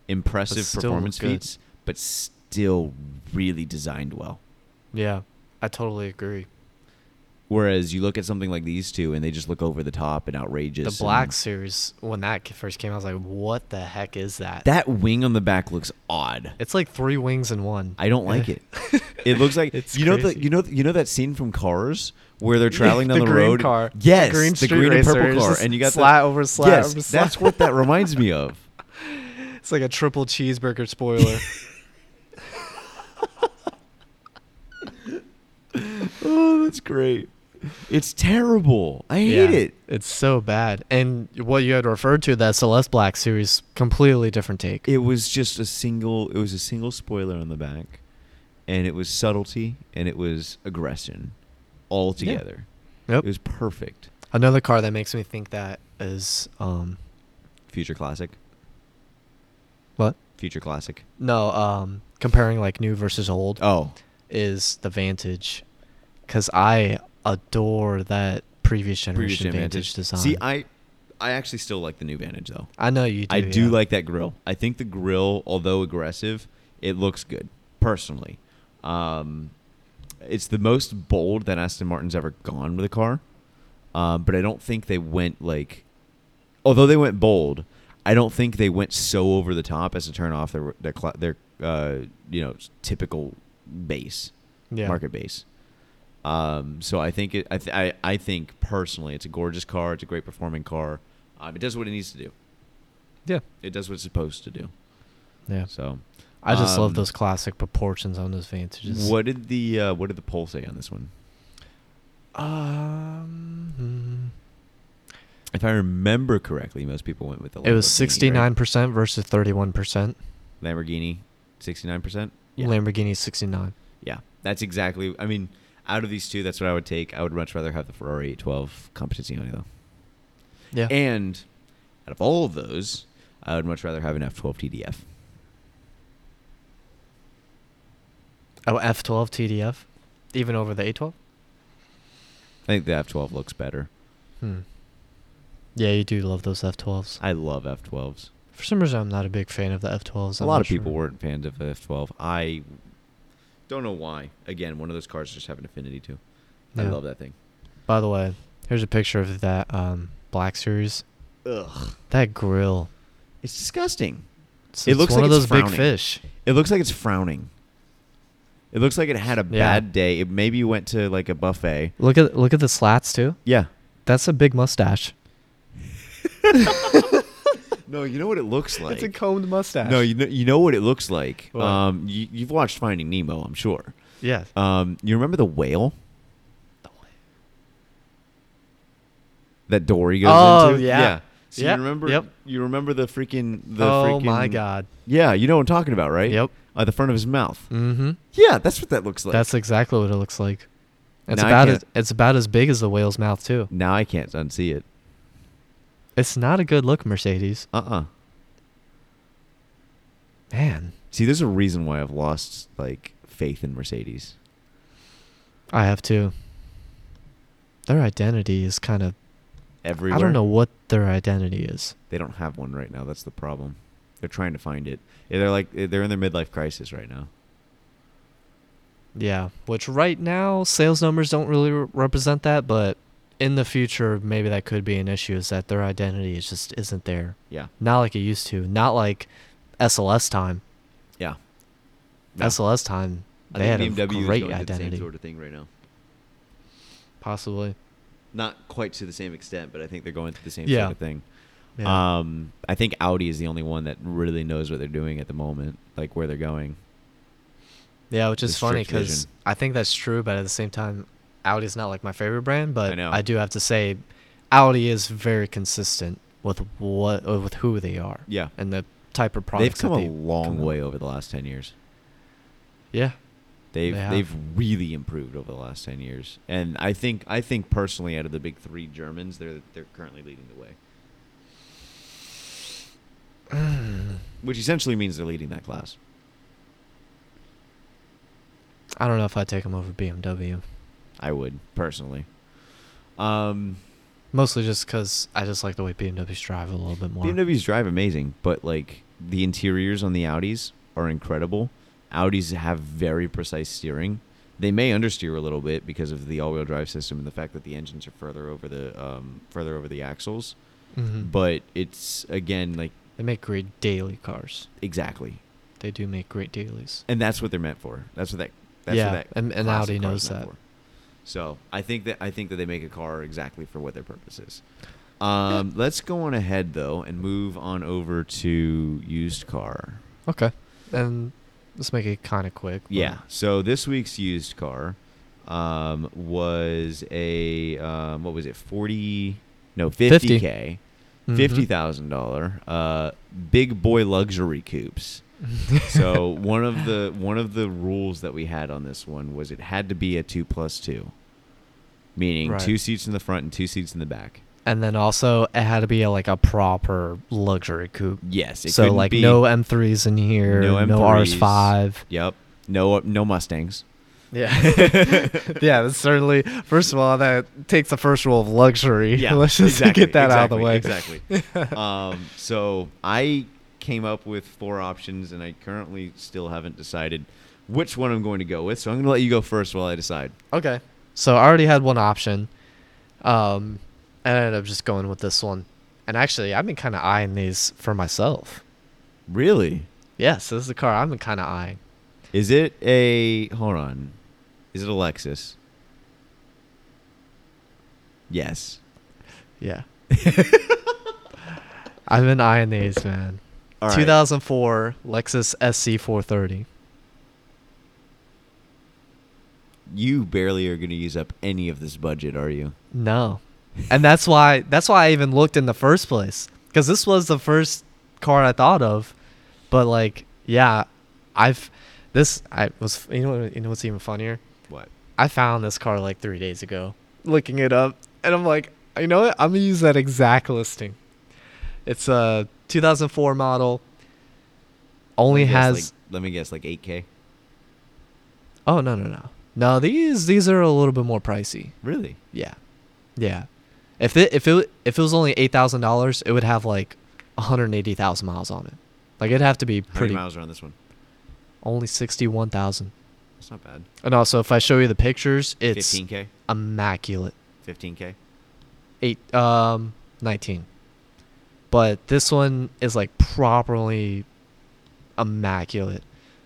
Speaker 1: impressive
Speaker 2: still look
Speaker 1: performance
Speaker 2: good.
Speaker 1: feats, but still really designed well.
Speaker 2: Yeah, I totally agree.
Speaker 1: Whereas you look at something like these two, and they just look over the top and outrageous.
Speaker 2: the Black
Speaker 1: and-
Speaker 2: Series, when that ca- first came, I was like, "What the heck is that?"
Speaker 1: that wing on the back looks odd.
Speaker 2: it's like three wings in one.
Speaker 1: I don't like it. It looks like
Speaker 2: It's
Speaker 1: you know the
Speaker 2: crazy.
Speaker 1: you know you know that scene from Cars where they're
Speaker 2: Yeah,
Speaker 1: traveling down
Speaker 2: the
Speaker 1: the,
Speaker 2: green
Speaker 1: road.
Speaker 2: car. The
Speaker 1: Yes, the green,
Speaker 2: green street
Speaker 1: and purple
Speaker 2: racer. It's
Speaker 1: car,
Speaker 2: just
Speaker 1: and you got
Speaker 2: slat
Speaker 1: the,
Speaker 2: over slat
Speaker 1: Yes,
Speaker 2: over slat.
Speaker 1: that's what that reminds me of.
Speaker 2: It's like a triple cheeseburger spoiler.
Speaker 1: Oh, that's great. It's terrible. I hate
Speaker 2: Yeah,
Speaker 1: it.
Speaker 2: It's so bad. And what you had referred to, that Celeste Black series, completely different take.
Speaker 1: It was just a single. It was a single spoiler on the back, and it was subtlety and it was aggression, all
Speaker 2: Yeah.
Speaker 1: together.
Speaker 2: Yep.
Speaker 1: It was perfect.
Speaker 2: Another car that makes me think that is um
Speaker 1: Future classic.
Speaker 2: what?
Speaker 1: Future classic.
Speaker 2: No, um comparing like new versus old
Speaker 1: Oh,
Speaker 2: is the Vantage cuz I adore that previous generation
Speaker 1: previous gen
Speaker 2: Vantage, design.
Speaker 1: See, I, I actually still like the new Vantage though.
Speaker 2: I know you do.
Speaker 1: I do
Speaker 2: yeah.
Speaker 1: like that grill. I think the grill, although aggressive, it looks good personally. Um, it's the most bold that Aston Martin's ever gone with a car, um, but I don't think they went like, although they went bold, I don't think they went so over the top as to turn off their their cla- their uh, you know typical base
Speaker 2: yeah.
Speaker 1: market base. Um, so I think it, I, th- I I think personally, it's a gorgeous car. It's a great performing car. Um, it does what it needs to do
Speaker 2: Yeah.
Speaker 1: it does what it's supposed to do.
Speaker 2: Yeah.
Speaker 1: So,
Speaker 2: I just love
Speaker 1: um,
Speaker 2: those classic proportions on those Vantages.
Speaker 1: what did the uh, what did the poll say on this one?
Speaker 2: um
Speaker 1: If I remember correctly, most people went with the.
Speaker 2: hmm. It was
Speaker 1: Lamborghini, right?
Speaker 2: 69% versus 31%.
Speaker 1: Lamborghini, sixty nine percent.
Speaker 2: Lamborghini 69.
Speaker 1: Yeah, that's exactly. I mean, out of these two, that's what I would take. I would much rather have the Ferrari eight twelve Competizione though.
Speaker 2: Yeah.
Speaker 1: And out of all of those, I would much rather have an F twelve TDF.
Speaker 2: Oh, F12 TDF, even over the A12.
Speaker 1: I think the F twelve looks better.
Speaker 2: Hmm. Yeah, you do love those F12s.
Speaker 1: I love F twelves.
Speaker 2: For some reason, I'm not a big fan of the F12s.
Speaker 1: A
Speaker 2: I'm
Speaker 1: lot
Speaker 2: not
Speaker 1: of people
Speaker 2: sure.
Speaker 1: weren't fans of the F12. I don't know why. Again, one of those cars I just have an affinity to. I
Speaker 2: Yeah.
Speaker 1: love that thing.
Speaker 2: By the way, here's a picture of that um, Black Series.
Speaker 1: Ugh,
Speaker 2: That grill.
Speaker 1: it's disgusting.
Speaker 2: It's,
Speaker 1: It
Speaker 2: it's
Speaker 1: looks
Speaker 2: one
Speaker 1: like
Speaker 2: of
Speaker 1: it's
Speaker 2: those
Speaker 1: frowning.
Speaker 2: big fish.
Speaker 1: It looks like it's frowning. It looks like it had a
Speaker 2: Yeah.
Speaker 1: bad day. It maybe went to like a buffet.
Speaker 2: Look at look at the slats too.
Speaker 1: Yeah.
Speaker 2: That's a big mustache.
Speaker 1: No, you know what it looks like.
Speaker 2: combed mustache.
Speaker 1: no, you know, you know what it looks like.
Speaker 2: What?
Speaker 1: Um, you, you've watched Finding Nemo, I'm sure.
Speaker 2: yeah.
Speaker 1: Um, you remember the whale Um, that Dory goes
Speaker 2: Oh,
Speaker 1: into?
Speaker 2: yeah.
Speaker 1: So
Speaker 2: Yeah.
Speaker 1: you remember?
Speaker 2: Yep.
Speaker 1: You remember the freaking? The
Speaker 2: oh my
Speaker 1: freaking-
Speaker 2: god.
Speaker 1: Yeah, you know what I'm talking about, right?
Speaker 2: Yep.
Speaker 1: Uh, the front of his mouth.
Speaker 2: Mm-hmm.
Speaker 1: Yeah, that's what that looks like.
Speaker 2: That's exactly what it looks like. It's
Speaker 1: Now I
Speaker 2: about
Speaker 1: can't-
Speaker 2: as, it's about as big as the whale's mouth too.
Speaker 1: now I can't unsee it.
Speaker 2: It's not a good look, Mercedes.
Speaker 1: Uh uh
Speaker 2: Man,
Speaker 1: See, there's a reason why I've lost like faith in Mercedes.
Speaker 2: I have too. Their identity is kind of
Speaker 1: Everywhere.
Speaker 2: I don't know what their identity is.
Speaker 1: They don't have one right now. That's the problem. They're trying to find it. Yeah, They're like they're in their midlife crisis right now.
Speaker 2: Yeah, which right now sales numbers don't really re- represent that, but in the future maybe that could be an issue is that their identity is just isn't there.
Speaker 1: Yeah.
Speaker 2: Not like it used to. Not like SLS time.
Speaker 1: Yeah.
Speaker 2: SLS time they had a great identity.
Speaker 1: sort of thing right now.
Speaker 2: Possibly.
Speaker 1: Not quite to the same extent, but I think they're going through the same
Speaker 2: Yeah.
Speaker 1: sort of thing.
Speaker 2: Yeah.
Speaker 1: Um, I think Audi is the only one that really knows what they're doing at the moment, like where they're going.
Speaker 2: yeah, which is
Speaker 1: the
Speaker 2: funny
Speaker 1: strict
Speaker 2: cuz
Speaker 1: vision.
Speaker 2: I think that's true, but at the same time Audi's not like my favorite brand, but
Speaker 1: I
Speaker 2: I,
Speaker 1: know.
Speaker 2: do have to say Audi is very consistent with what uh, with who they are.
Speaker 1: Yeah.
Speaker 2: and the type of products
Speaker 1: they've come
Speaker 2: that
Speaker 1: a
Speaker 2: they
Speaker 1: long
Speaker 2: come out-
Speaker 1: way over the last 10 years.
Speaker 2: Yeah,
Speaker 1: They've
Speaker 2: They
Speaker 1: they
Speaker 2: have.
Speaker 1: have really improved over the last 10 years. And I think I think personally out of the big 3 Germans, they're they're currently leading the way. Which essentially means they're leading that class.
Speaker 2: I don't know if I take them over BMW,
Speaker 1: I would personally. Um
Speaker 2: mostly just because I just like the way BMWs drive a little bit more.
Speaker 1: BMWs drive amazing, but like the interiors on the Audis are incredible. Audis have very precise steering. They may understeer a little bit because of the all-wheel drive system and the fact that the engines are further over the um, further over the axles.
Speaker 2: Mhm.
Speaker 1: But it's again like
Speaker 2: they make great daily cars.
Speaker 1: exactly,
Speaker 2: They do make great dailies.
Speaker 1: and that's what they're meant for. That's what that. That's
Speaker 2: Yeah,
Speaker 1: what that
Speaker 2: and- and
Speaker 1: classic
Speaker 2: Audi
Speaker 1: car
Speaker 2: knows
Speaker 1: is meant
Speaker 2: that.
Speaker 1: for. So I think that I think that they make a car exactly for what their purpose is. Um, let's go on ahead though and move on over to used car.
Speaker 2: Okay, and let's make it kind of quick. but-
Speaker 1: Yeah. So this week's used car um, was a um, what was it forty no
Speaker 2: 50.
Speaker 1: fifty k
Speaker 2: Mm-hmm.
Speaker 1: fifty thousand dollar uh, big boy luxury coupes. so one of the one of the rules that we had on this one was it had to be a two plus two, meaning
Speaker 2: Right.
Speaker 1: two seats in the front and two seats in the back.
Speaker 2: and then also it had to be like a proper luxury coupe.
Speaker 1: Yes, it
Speaker 2: so
Speaker 1: couldn't
Speaker 2: like
Speaker 1: be-
Speaker 2: no M3s in here, no,
Speaker 1: No
Speaker 2: RS5.
Speaker 1: Yep. No no Mustangs.
Speaker 2: Yeah, yeah. That's certainly. First of all, that takes the first rule of luxury. let's just
Speaker 1: exactly,
Speaker 2: get that out of the
Speaker 1: exactly,
Speaker 2: way.
Speaker 1: Exactly. um, so I came up with four options, and I currently still haven't decided which one I'm going to go with. So I'm going to let you go first while I decide.
Speaker 2: Okay. So I already had one option, um, and I ended up just going with this one. And actually, I've been kind of eyeing these for myself.
Speaker 1: Really?
Speaker 2: Yes, this is the car I've been kind of eyeing.
Speaker 1: Is it a hold on? Is it a Lexus? Yes.
Speaker 2: Yeah. I've been eyeing these, man.
Speaker 1: All right.
Speaker 2: 2004 Lexus SC430.
Speaker 1: You barely are going to use up any of this budget, are you?
Speaker 2: No. And that's why that's why I even looked in the first place cuz this was the first car I thought of. But like, yeah, I've this I was you know you know what's even funnier?
Speaker 1: What?
Speaker 2: I found this car like 3 days ago looking it up and I'm like, you know what? I'm going to use that exact listing. It's a 2004 model. Only
Speaker 1: Let me
Speaker 2: has
Speaker 1: guess, like- let me guess, like eight k.
Speaker 2: Oh no no no no these these are a little bit more pricey.
Speaker 1: Really?
Speaker 2: Yeah, yeah. If it if it if it was only eight thousand dollars, it would have like one hundred eighty thousand miles on it. Like it'd have to be
Speaker 1: How many
Speaker 2: pretty
Speaker 1: miles are on this one?
Speaker 2: only sixty one thousand.
Speaker 1: That's not bad.
Speaker 2: And also, if I show you the pictures, it's
Speaker 1: Fifteen k.
Speaker 2: immaculate.
Speaker 1: Fifteen k.
Speaker 2: Eight um nineteen, but this one is like properly immaculate.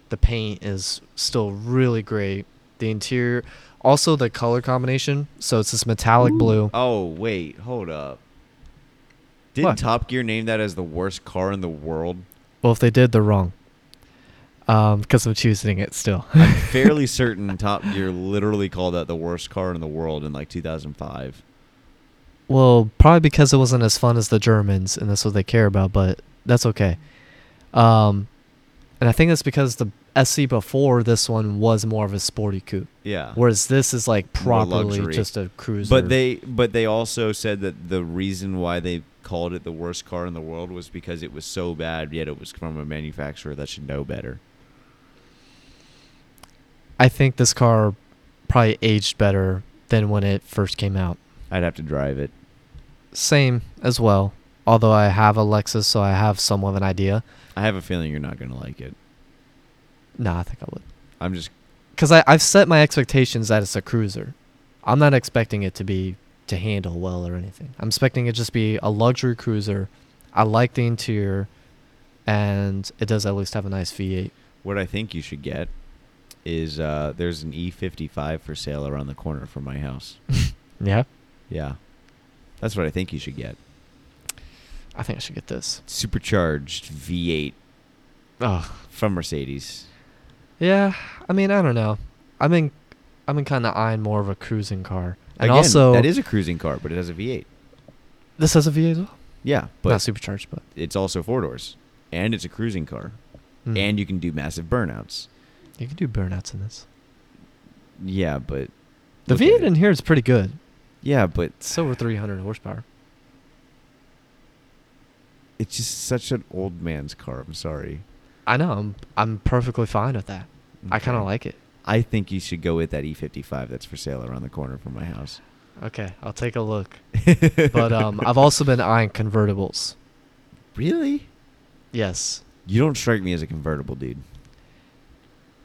Speaker 2: The paint is still really great. The interior, also the color combination. So it's this metallic blue.
Speaker 1: Oh wait, hold up. Did
Speaker 2: What?
Speaker 1: Top Gear name that as the worst car in the world?
Speaker 2: Well, if they did, they're wrong. Um, because I'm choosing it still.
Speaker 1: I'm fairly certain Top Gear literally called that the worst car in the world in like 2005.
Speaker 2: well, probably because it wasn't as fun as the Germans, and that's what they care about. But that's okay. Um, and I think that's because the SC before this one was more of a sporty coupe,
Speaker 1: Yeah.
Speaker 2: whereas this is like
Speaker 1: More
Speaker 2: properly
Speaker 1: luxury.
Speaker 2: just a cruiser.
Speaker 1: But they but they also said that the reason why they called it the worst car in the world was because it was so bad, yet it was from a manufacturer that should know better.
Speaker 2: I think this car probably aged better than when it first came out.
Speaker 1: I'd have to drive it.
Speaker 2: Same as well. Although I have a Lexus, so I have somewhat of an idea.
Speaker 1: I have a feeling you're not going to like it.
Speaker 2: Nah, I think I would.
Speaker 1: I'm just
Speaker 2: because I I've set my expectations that it's a cruiser. I'm not expecting it to be to handle well or anything. I'm expecting it just be a luxury cruiser. I like the interior, and it does at least have a nice V8.
Speaker 1: What I think you should get is uh, there's an E55 for sale around the corner from my house.
Speaker 2: Yeah,
Speaker 1: Yeah. That's what I think you should get.
Speaker 2: I think I should get this.
Speaker 1: Supercharged V8
Speaker 2: Oh,
Speaker 1: from Mercedes.
Speaker 2: yeah. I mean, I don't know. I've been I've been kind of eyeing more of a cruising car, and
Speaker 1: Again,
Speaker 2: also
Speaker 1: that is a cruising car, but it has a V8.
Speaker 2: this has a V8 as well.
Speaker 1: Yeah,
Speaker 2: not
Speaker 1: but
Speaker 2: supercharged, but
Speaker 1: it's also four doors and it's a cruising car
Speaker 2: mm.
Speaker 1: and you can do massive burnouts.
Speaker 2: you can do burnouts in this.
Speaker 1: Yeah, but
Speaker 2: The
Speaker 1: look at
Speaker 2: V8
Speaker 1: it.
Speaker 2: in here is pretty good.
Speaker 1: Yeah, but
Speaker 2: It's over 300 horsepower.
Speaker 1: it's just such an old man's car. I'm sorry.
Speaker 2: I know. I'm I'm perfectly fine with that. I kind of
Speaker 1: Okay.
Speaker 2: like it.
Speaker 1: I think you should go with that E55 that's for sale around the corner from my house.
Speaker 2: Okay, I'll take a look. But um, I've also been eyeing convertibles.
Speaker 1: Really?
Speaker 2: Yes,
Speaker 1: You don't strike me as a convertible dude.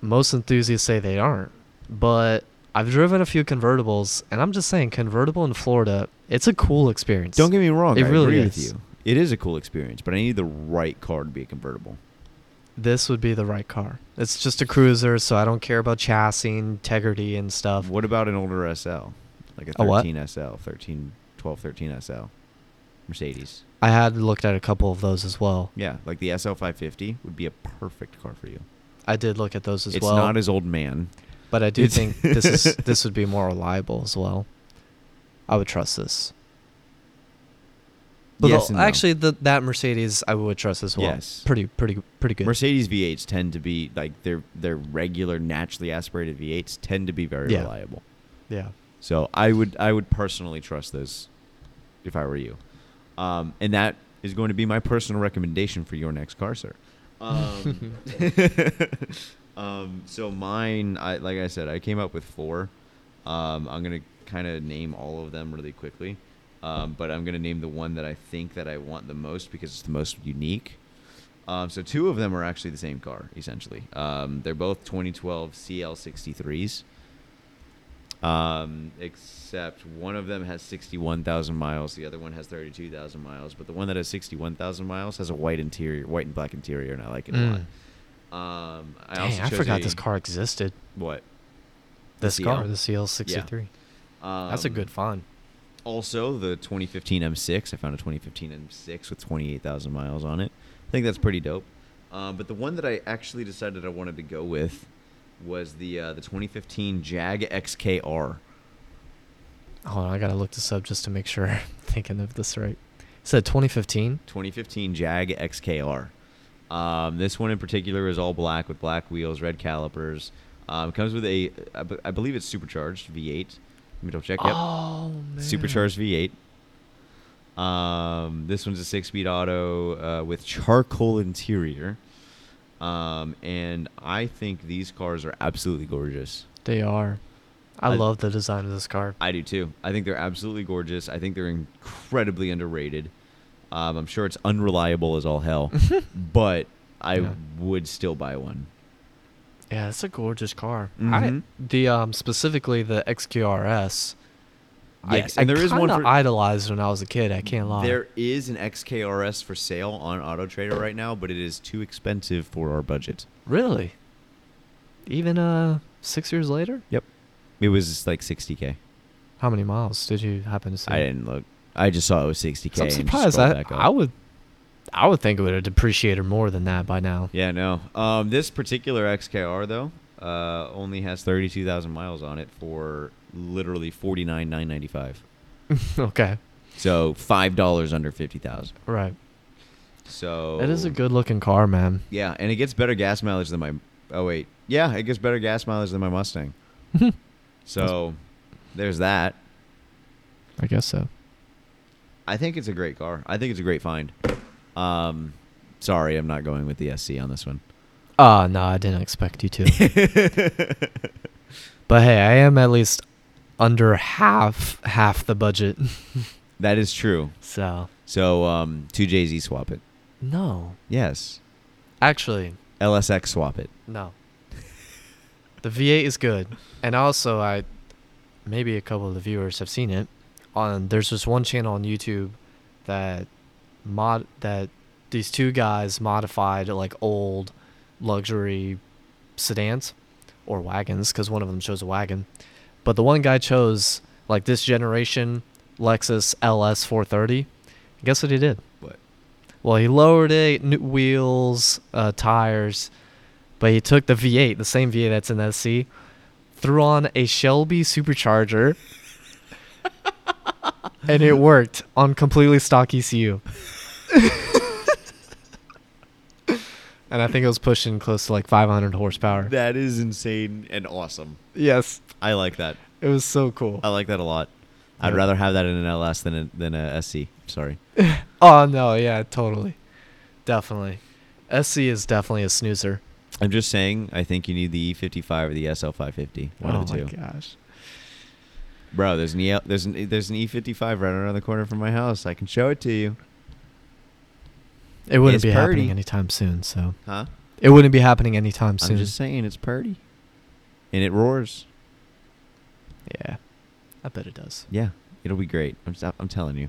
Speaker 2: most enthusiasts say they aren't, but I've driven a few convertibles, and I'm just saying, convertible in Florida, it's a cool experience.
Speaker 1: Don't get me wrong.
Speaker 2: It
Speaker 1: I
Speaker 2: really
Speaker 1: agree with
Speaker 2: is.
Speaker 1: you. It is a cool experience, but I need the right car to be a convertible.
Speaker 2: this would be the right car. It's just a cruiser, so I don't care about chassis integrity and stuff.
Speaker 1: What about an older SL? Like a
Speaker 2: A what?
Speaker 1: 13 SL, 13, 12, 13 SL. Mercedes.
Speaker 2: I had looked at a couple of those as well.
Speaker 1: Yeah, like the SL 550 would be a perfect car for you.
Speaker 2: I did look at those as
Speaker 1: it's
Speaker 2: well.
Speaker 1: not as old man.
Speaker 2: But I do
Speaker 1: It's-
Speaker 2: think this is this would be more reliable as well. I would trust this. But
Speaker 1: Yes
Speaker 2: the-
Speaker 1: and no.
Speaker 2: actually, the, that Mercedes I would trust as well.
Speaker 1: Yes.
Speaker 2: Pretty, pretty, pretty good.
Speaker 1: Mercedes V8s tend to be like their their regular naturally aspirated V8s tend to be very
Speaker 2: Yeah.
Speaker 1: reliable.
Speaker 2: yeah.
Speaker 1: So I would I would personally trust those if I were you. Um, and that is going to be my personal recommendation for your next car, sir. Um, um, so mine, I, like I said, I came up with four. Um, I'm gonna kind of name all of them really quickly, um, but I'm gonna name the one that I think that I want the most because it's the most unique. Um, so two of them are actually the same car essentially. Um, they're both 2012 CL63s. Um, except one of them has 61,000 miles, the other one has 32,000 miles, but the one that has 61,000 miles has a white interior, white and black interior, and I like it
Speaker 2: Mm.
Speaker 1: a lot. Um, I
Speaker 2: Dang,
Speaker 1: also
Speaker 2: I
Speaker 1: chose
Speaker 2: forgot
Speaker 1: a-
Speaker 2: this car existed.
Speaker 1: What? The
Speaker 2: This
Speaker 1: CL?
Speaker 2: car, the CL63.
Speaker 1: Um,
Speaker 2: That's a good find.
Speaker 1: Also, the 2015 M6. I found a 2015 M6 with 28,000 miles on it. I think that's pretty dope. Um, but the one that I actually decided I wanted to go with was the uh, the 2015 Jag XKR.
Speaker 2: Hold on, I gotta look this up just to make sure I'm thinking of this right. It said 2015.
Speaker 1: 2015 Jag XKR. Um, this one in particular is all black with black wheels, red calipers. Um, comes with a, I be- I believe it's supercharged V8. Let me double check. Yep.
Speaker 2: Oh man.
Speaker 1: supercharged V8. Um, this one's a six-speed auto uh, with charcoal interior, um, and I think these cars are absolutely gorgeous.
Speaker 2: They are. I,
Speaker 1: I-
Speaker 2: love the design of this car.
Speaker 1: I do too. I think they're absolutely gorgeous. I think they're incredibly underrated. Um, I'm sure it's unreliable as all hell, but I
Speaker 2: Yeah.
Speaker 1: would still buy one.
Speaker 2: yeah, it's a gorgeous car.
Speaker 1: Mhm.
Speaker 2: I the um specifically the XQRS.
Speaker 1: Yes,
Speaker 2: I,
Speaker 1: and
Speaker 2: I
Speaker 1: there is one
Speaker 2: kinda
Speaker 1: for-
Speaker 2: idolized when I was a kid. I can't lie.
Speaker 1: There is an XKRS for sale on Auto Trader right now, but it is too expensive for our budget.
Speaker 2: really. Even uh six years later,
Speaker 1: Yep, it was like 60k.
Speaker 2: how many miles did you happen to see?
Speaker 1: I didn't look. I just saw it was 60k.
Speaker 2: 'Cause I'm
Speaker 1: and just
Speaker 2: surprised.
Speaker 1: scrolled
Speaker 2: I,
Speaker 1: back up.
Speaker 2: I would, I would think it would have depreciated more than that by now.
Speaker 1: Yeah, no. Um, this particular XKR though uh, only has 32,000 miles on it for literally 49,995.
Speaker 2: okay,
Speaker 1: So five dollars under 50,000.
Speaker 2: right.
Speaker 1: So
Speaker 2: It is
Speaker 1: Oh.
Speaker 2: a good looking car, man.
Speaker 1: Yeah, and it gets better gas mileage than my. Oh wait, yeah, it gets better gas mileage than my Mustang. so there's that.
Speaker 2: I guess so.
Speaker 1: I think it's a great car. I think it's a great find. Um, sorry, I'm not going with the SC on this one.
Speaker 2: Ah, no, I didn't expect you to. but hey, I am at least under half half the budget.
Speaker 1: That is true.
Speaker 2: so
Speaker 1: So um, two JZ swap it.
Speaker 2: no,
Speaker 1: Yes.
Speaker 2: actually,
Speaker 1: LSX swap it.
Speaker 2: no. The V8 is good, and also I, maybe a couple of the viewers have seen it. On there's this one channel on YouTube that mod that these two guys modified like old luxury sedans or wagons because one of them chose a wagon. But the one guy chose like this generation Lexus LS 430. Guess what he did?
Speaker 1: What?
Speaker 2: Well, he lowered it, new wheels, uh, tires, but he took the V8, the same V8 that's in SC, threw on a Shelby supercharger, and it worked on completely stock E ECU. and I think it was pushing close to like 500 horsepower.
Speaker 1: That is insane and awesome.
Speaker 2: Yes,
Speaker 1: I like that.
Speaker 2: it was so cool.
Speaker 1: I like that a lot. I'd
Speaker 2: Yeah.
Speaker 1: rather have that in an LS than a, than a SC. Sorry.
Speaker 2: Oh no, yeah, totally, definitely. SC is definitely a snoozer.
Speaker 1: I'm just saying. I think you need the E55 or the SL550. One
Speaker 2: oh
Speaker 1: of the two.
Speaker 2: my gosh.
Speaker 1: Bro, there's an e, there's an there's an E55 right around the corner from my house. I can show it to you.
Speaker 2: It wouldn't
Speaker 1: It's
Speaker 2: be
Speaker 1: purdy. Oh.
Speaker 2: happening anytime soon, so
Speaker 1: Huh?
Speaker 2: it wouldn't be happening anytime soon.
Speaker 1: I'm just saying it's purty. And it roars.
Speaker 2: yeah, I bet it does.
Speaker 1: Yeah, it'll be great. I'm just, I'm telling you.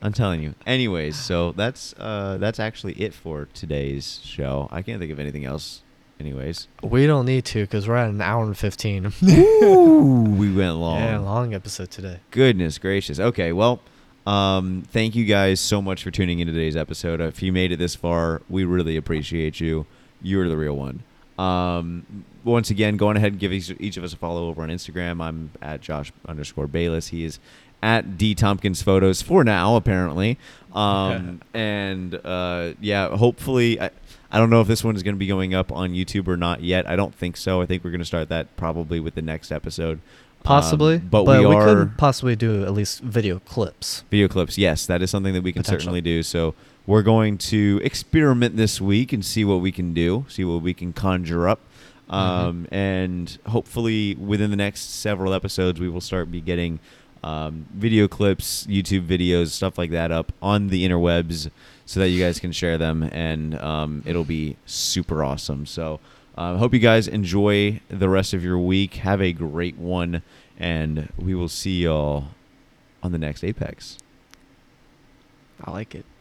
Speaker 1: I'm telling you. Anyways, so that's uh that's actually it for today's show. I can't think of anything else. Anyways,
Speaker 2: We don't need to because we're at an hour and fifteen.
Speaker 1: Ooh, we went long.
Speaker 2: Yeah, long episode today.
Speaker 1: Goodness gracious. Okay, well, um, thank you guys so much for tuning in to today's episode. If you made it this far, we really appreciate you. You're the real one. Um, once again, go on ahead and give each, each of us a follow over on Instagram. I'm at Josh underscore Bayless. He is at D Tompkins Photos for now, apparently. Um, and uh, yeah, hopefully, I, I don't know if this one is going to be going up on YouTube or not yet. I don't think so. I think we're going to start that probably with the next episode. Um,
Speaker 2: Possibly,
Speaker 1: but, we, are
Speaker 2: could possibly do at least video clips.
Speaker 1: Video clips, yes, that is something that we can
Speaker 2: Potential.
Speaker 1: certainly do. So we're going to experiment this week and see what we can do, see what we can conjure up, um, and hopefully within the next several episodes we will start be getting um, video clips, YouTube videos, stuff like that up on the interwebs, so that you guys can share them, and um, it'll be super awesome. So. uh, hope you guys enjoy the rest of your week. Have a great one, and we will see y'all on the next Apex.
Speaker 2: I like it.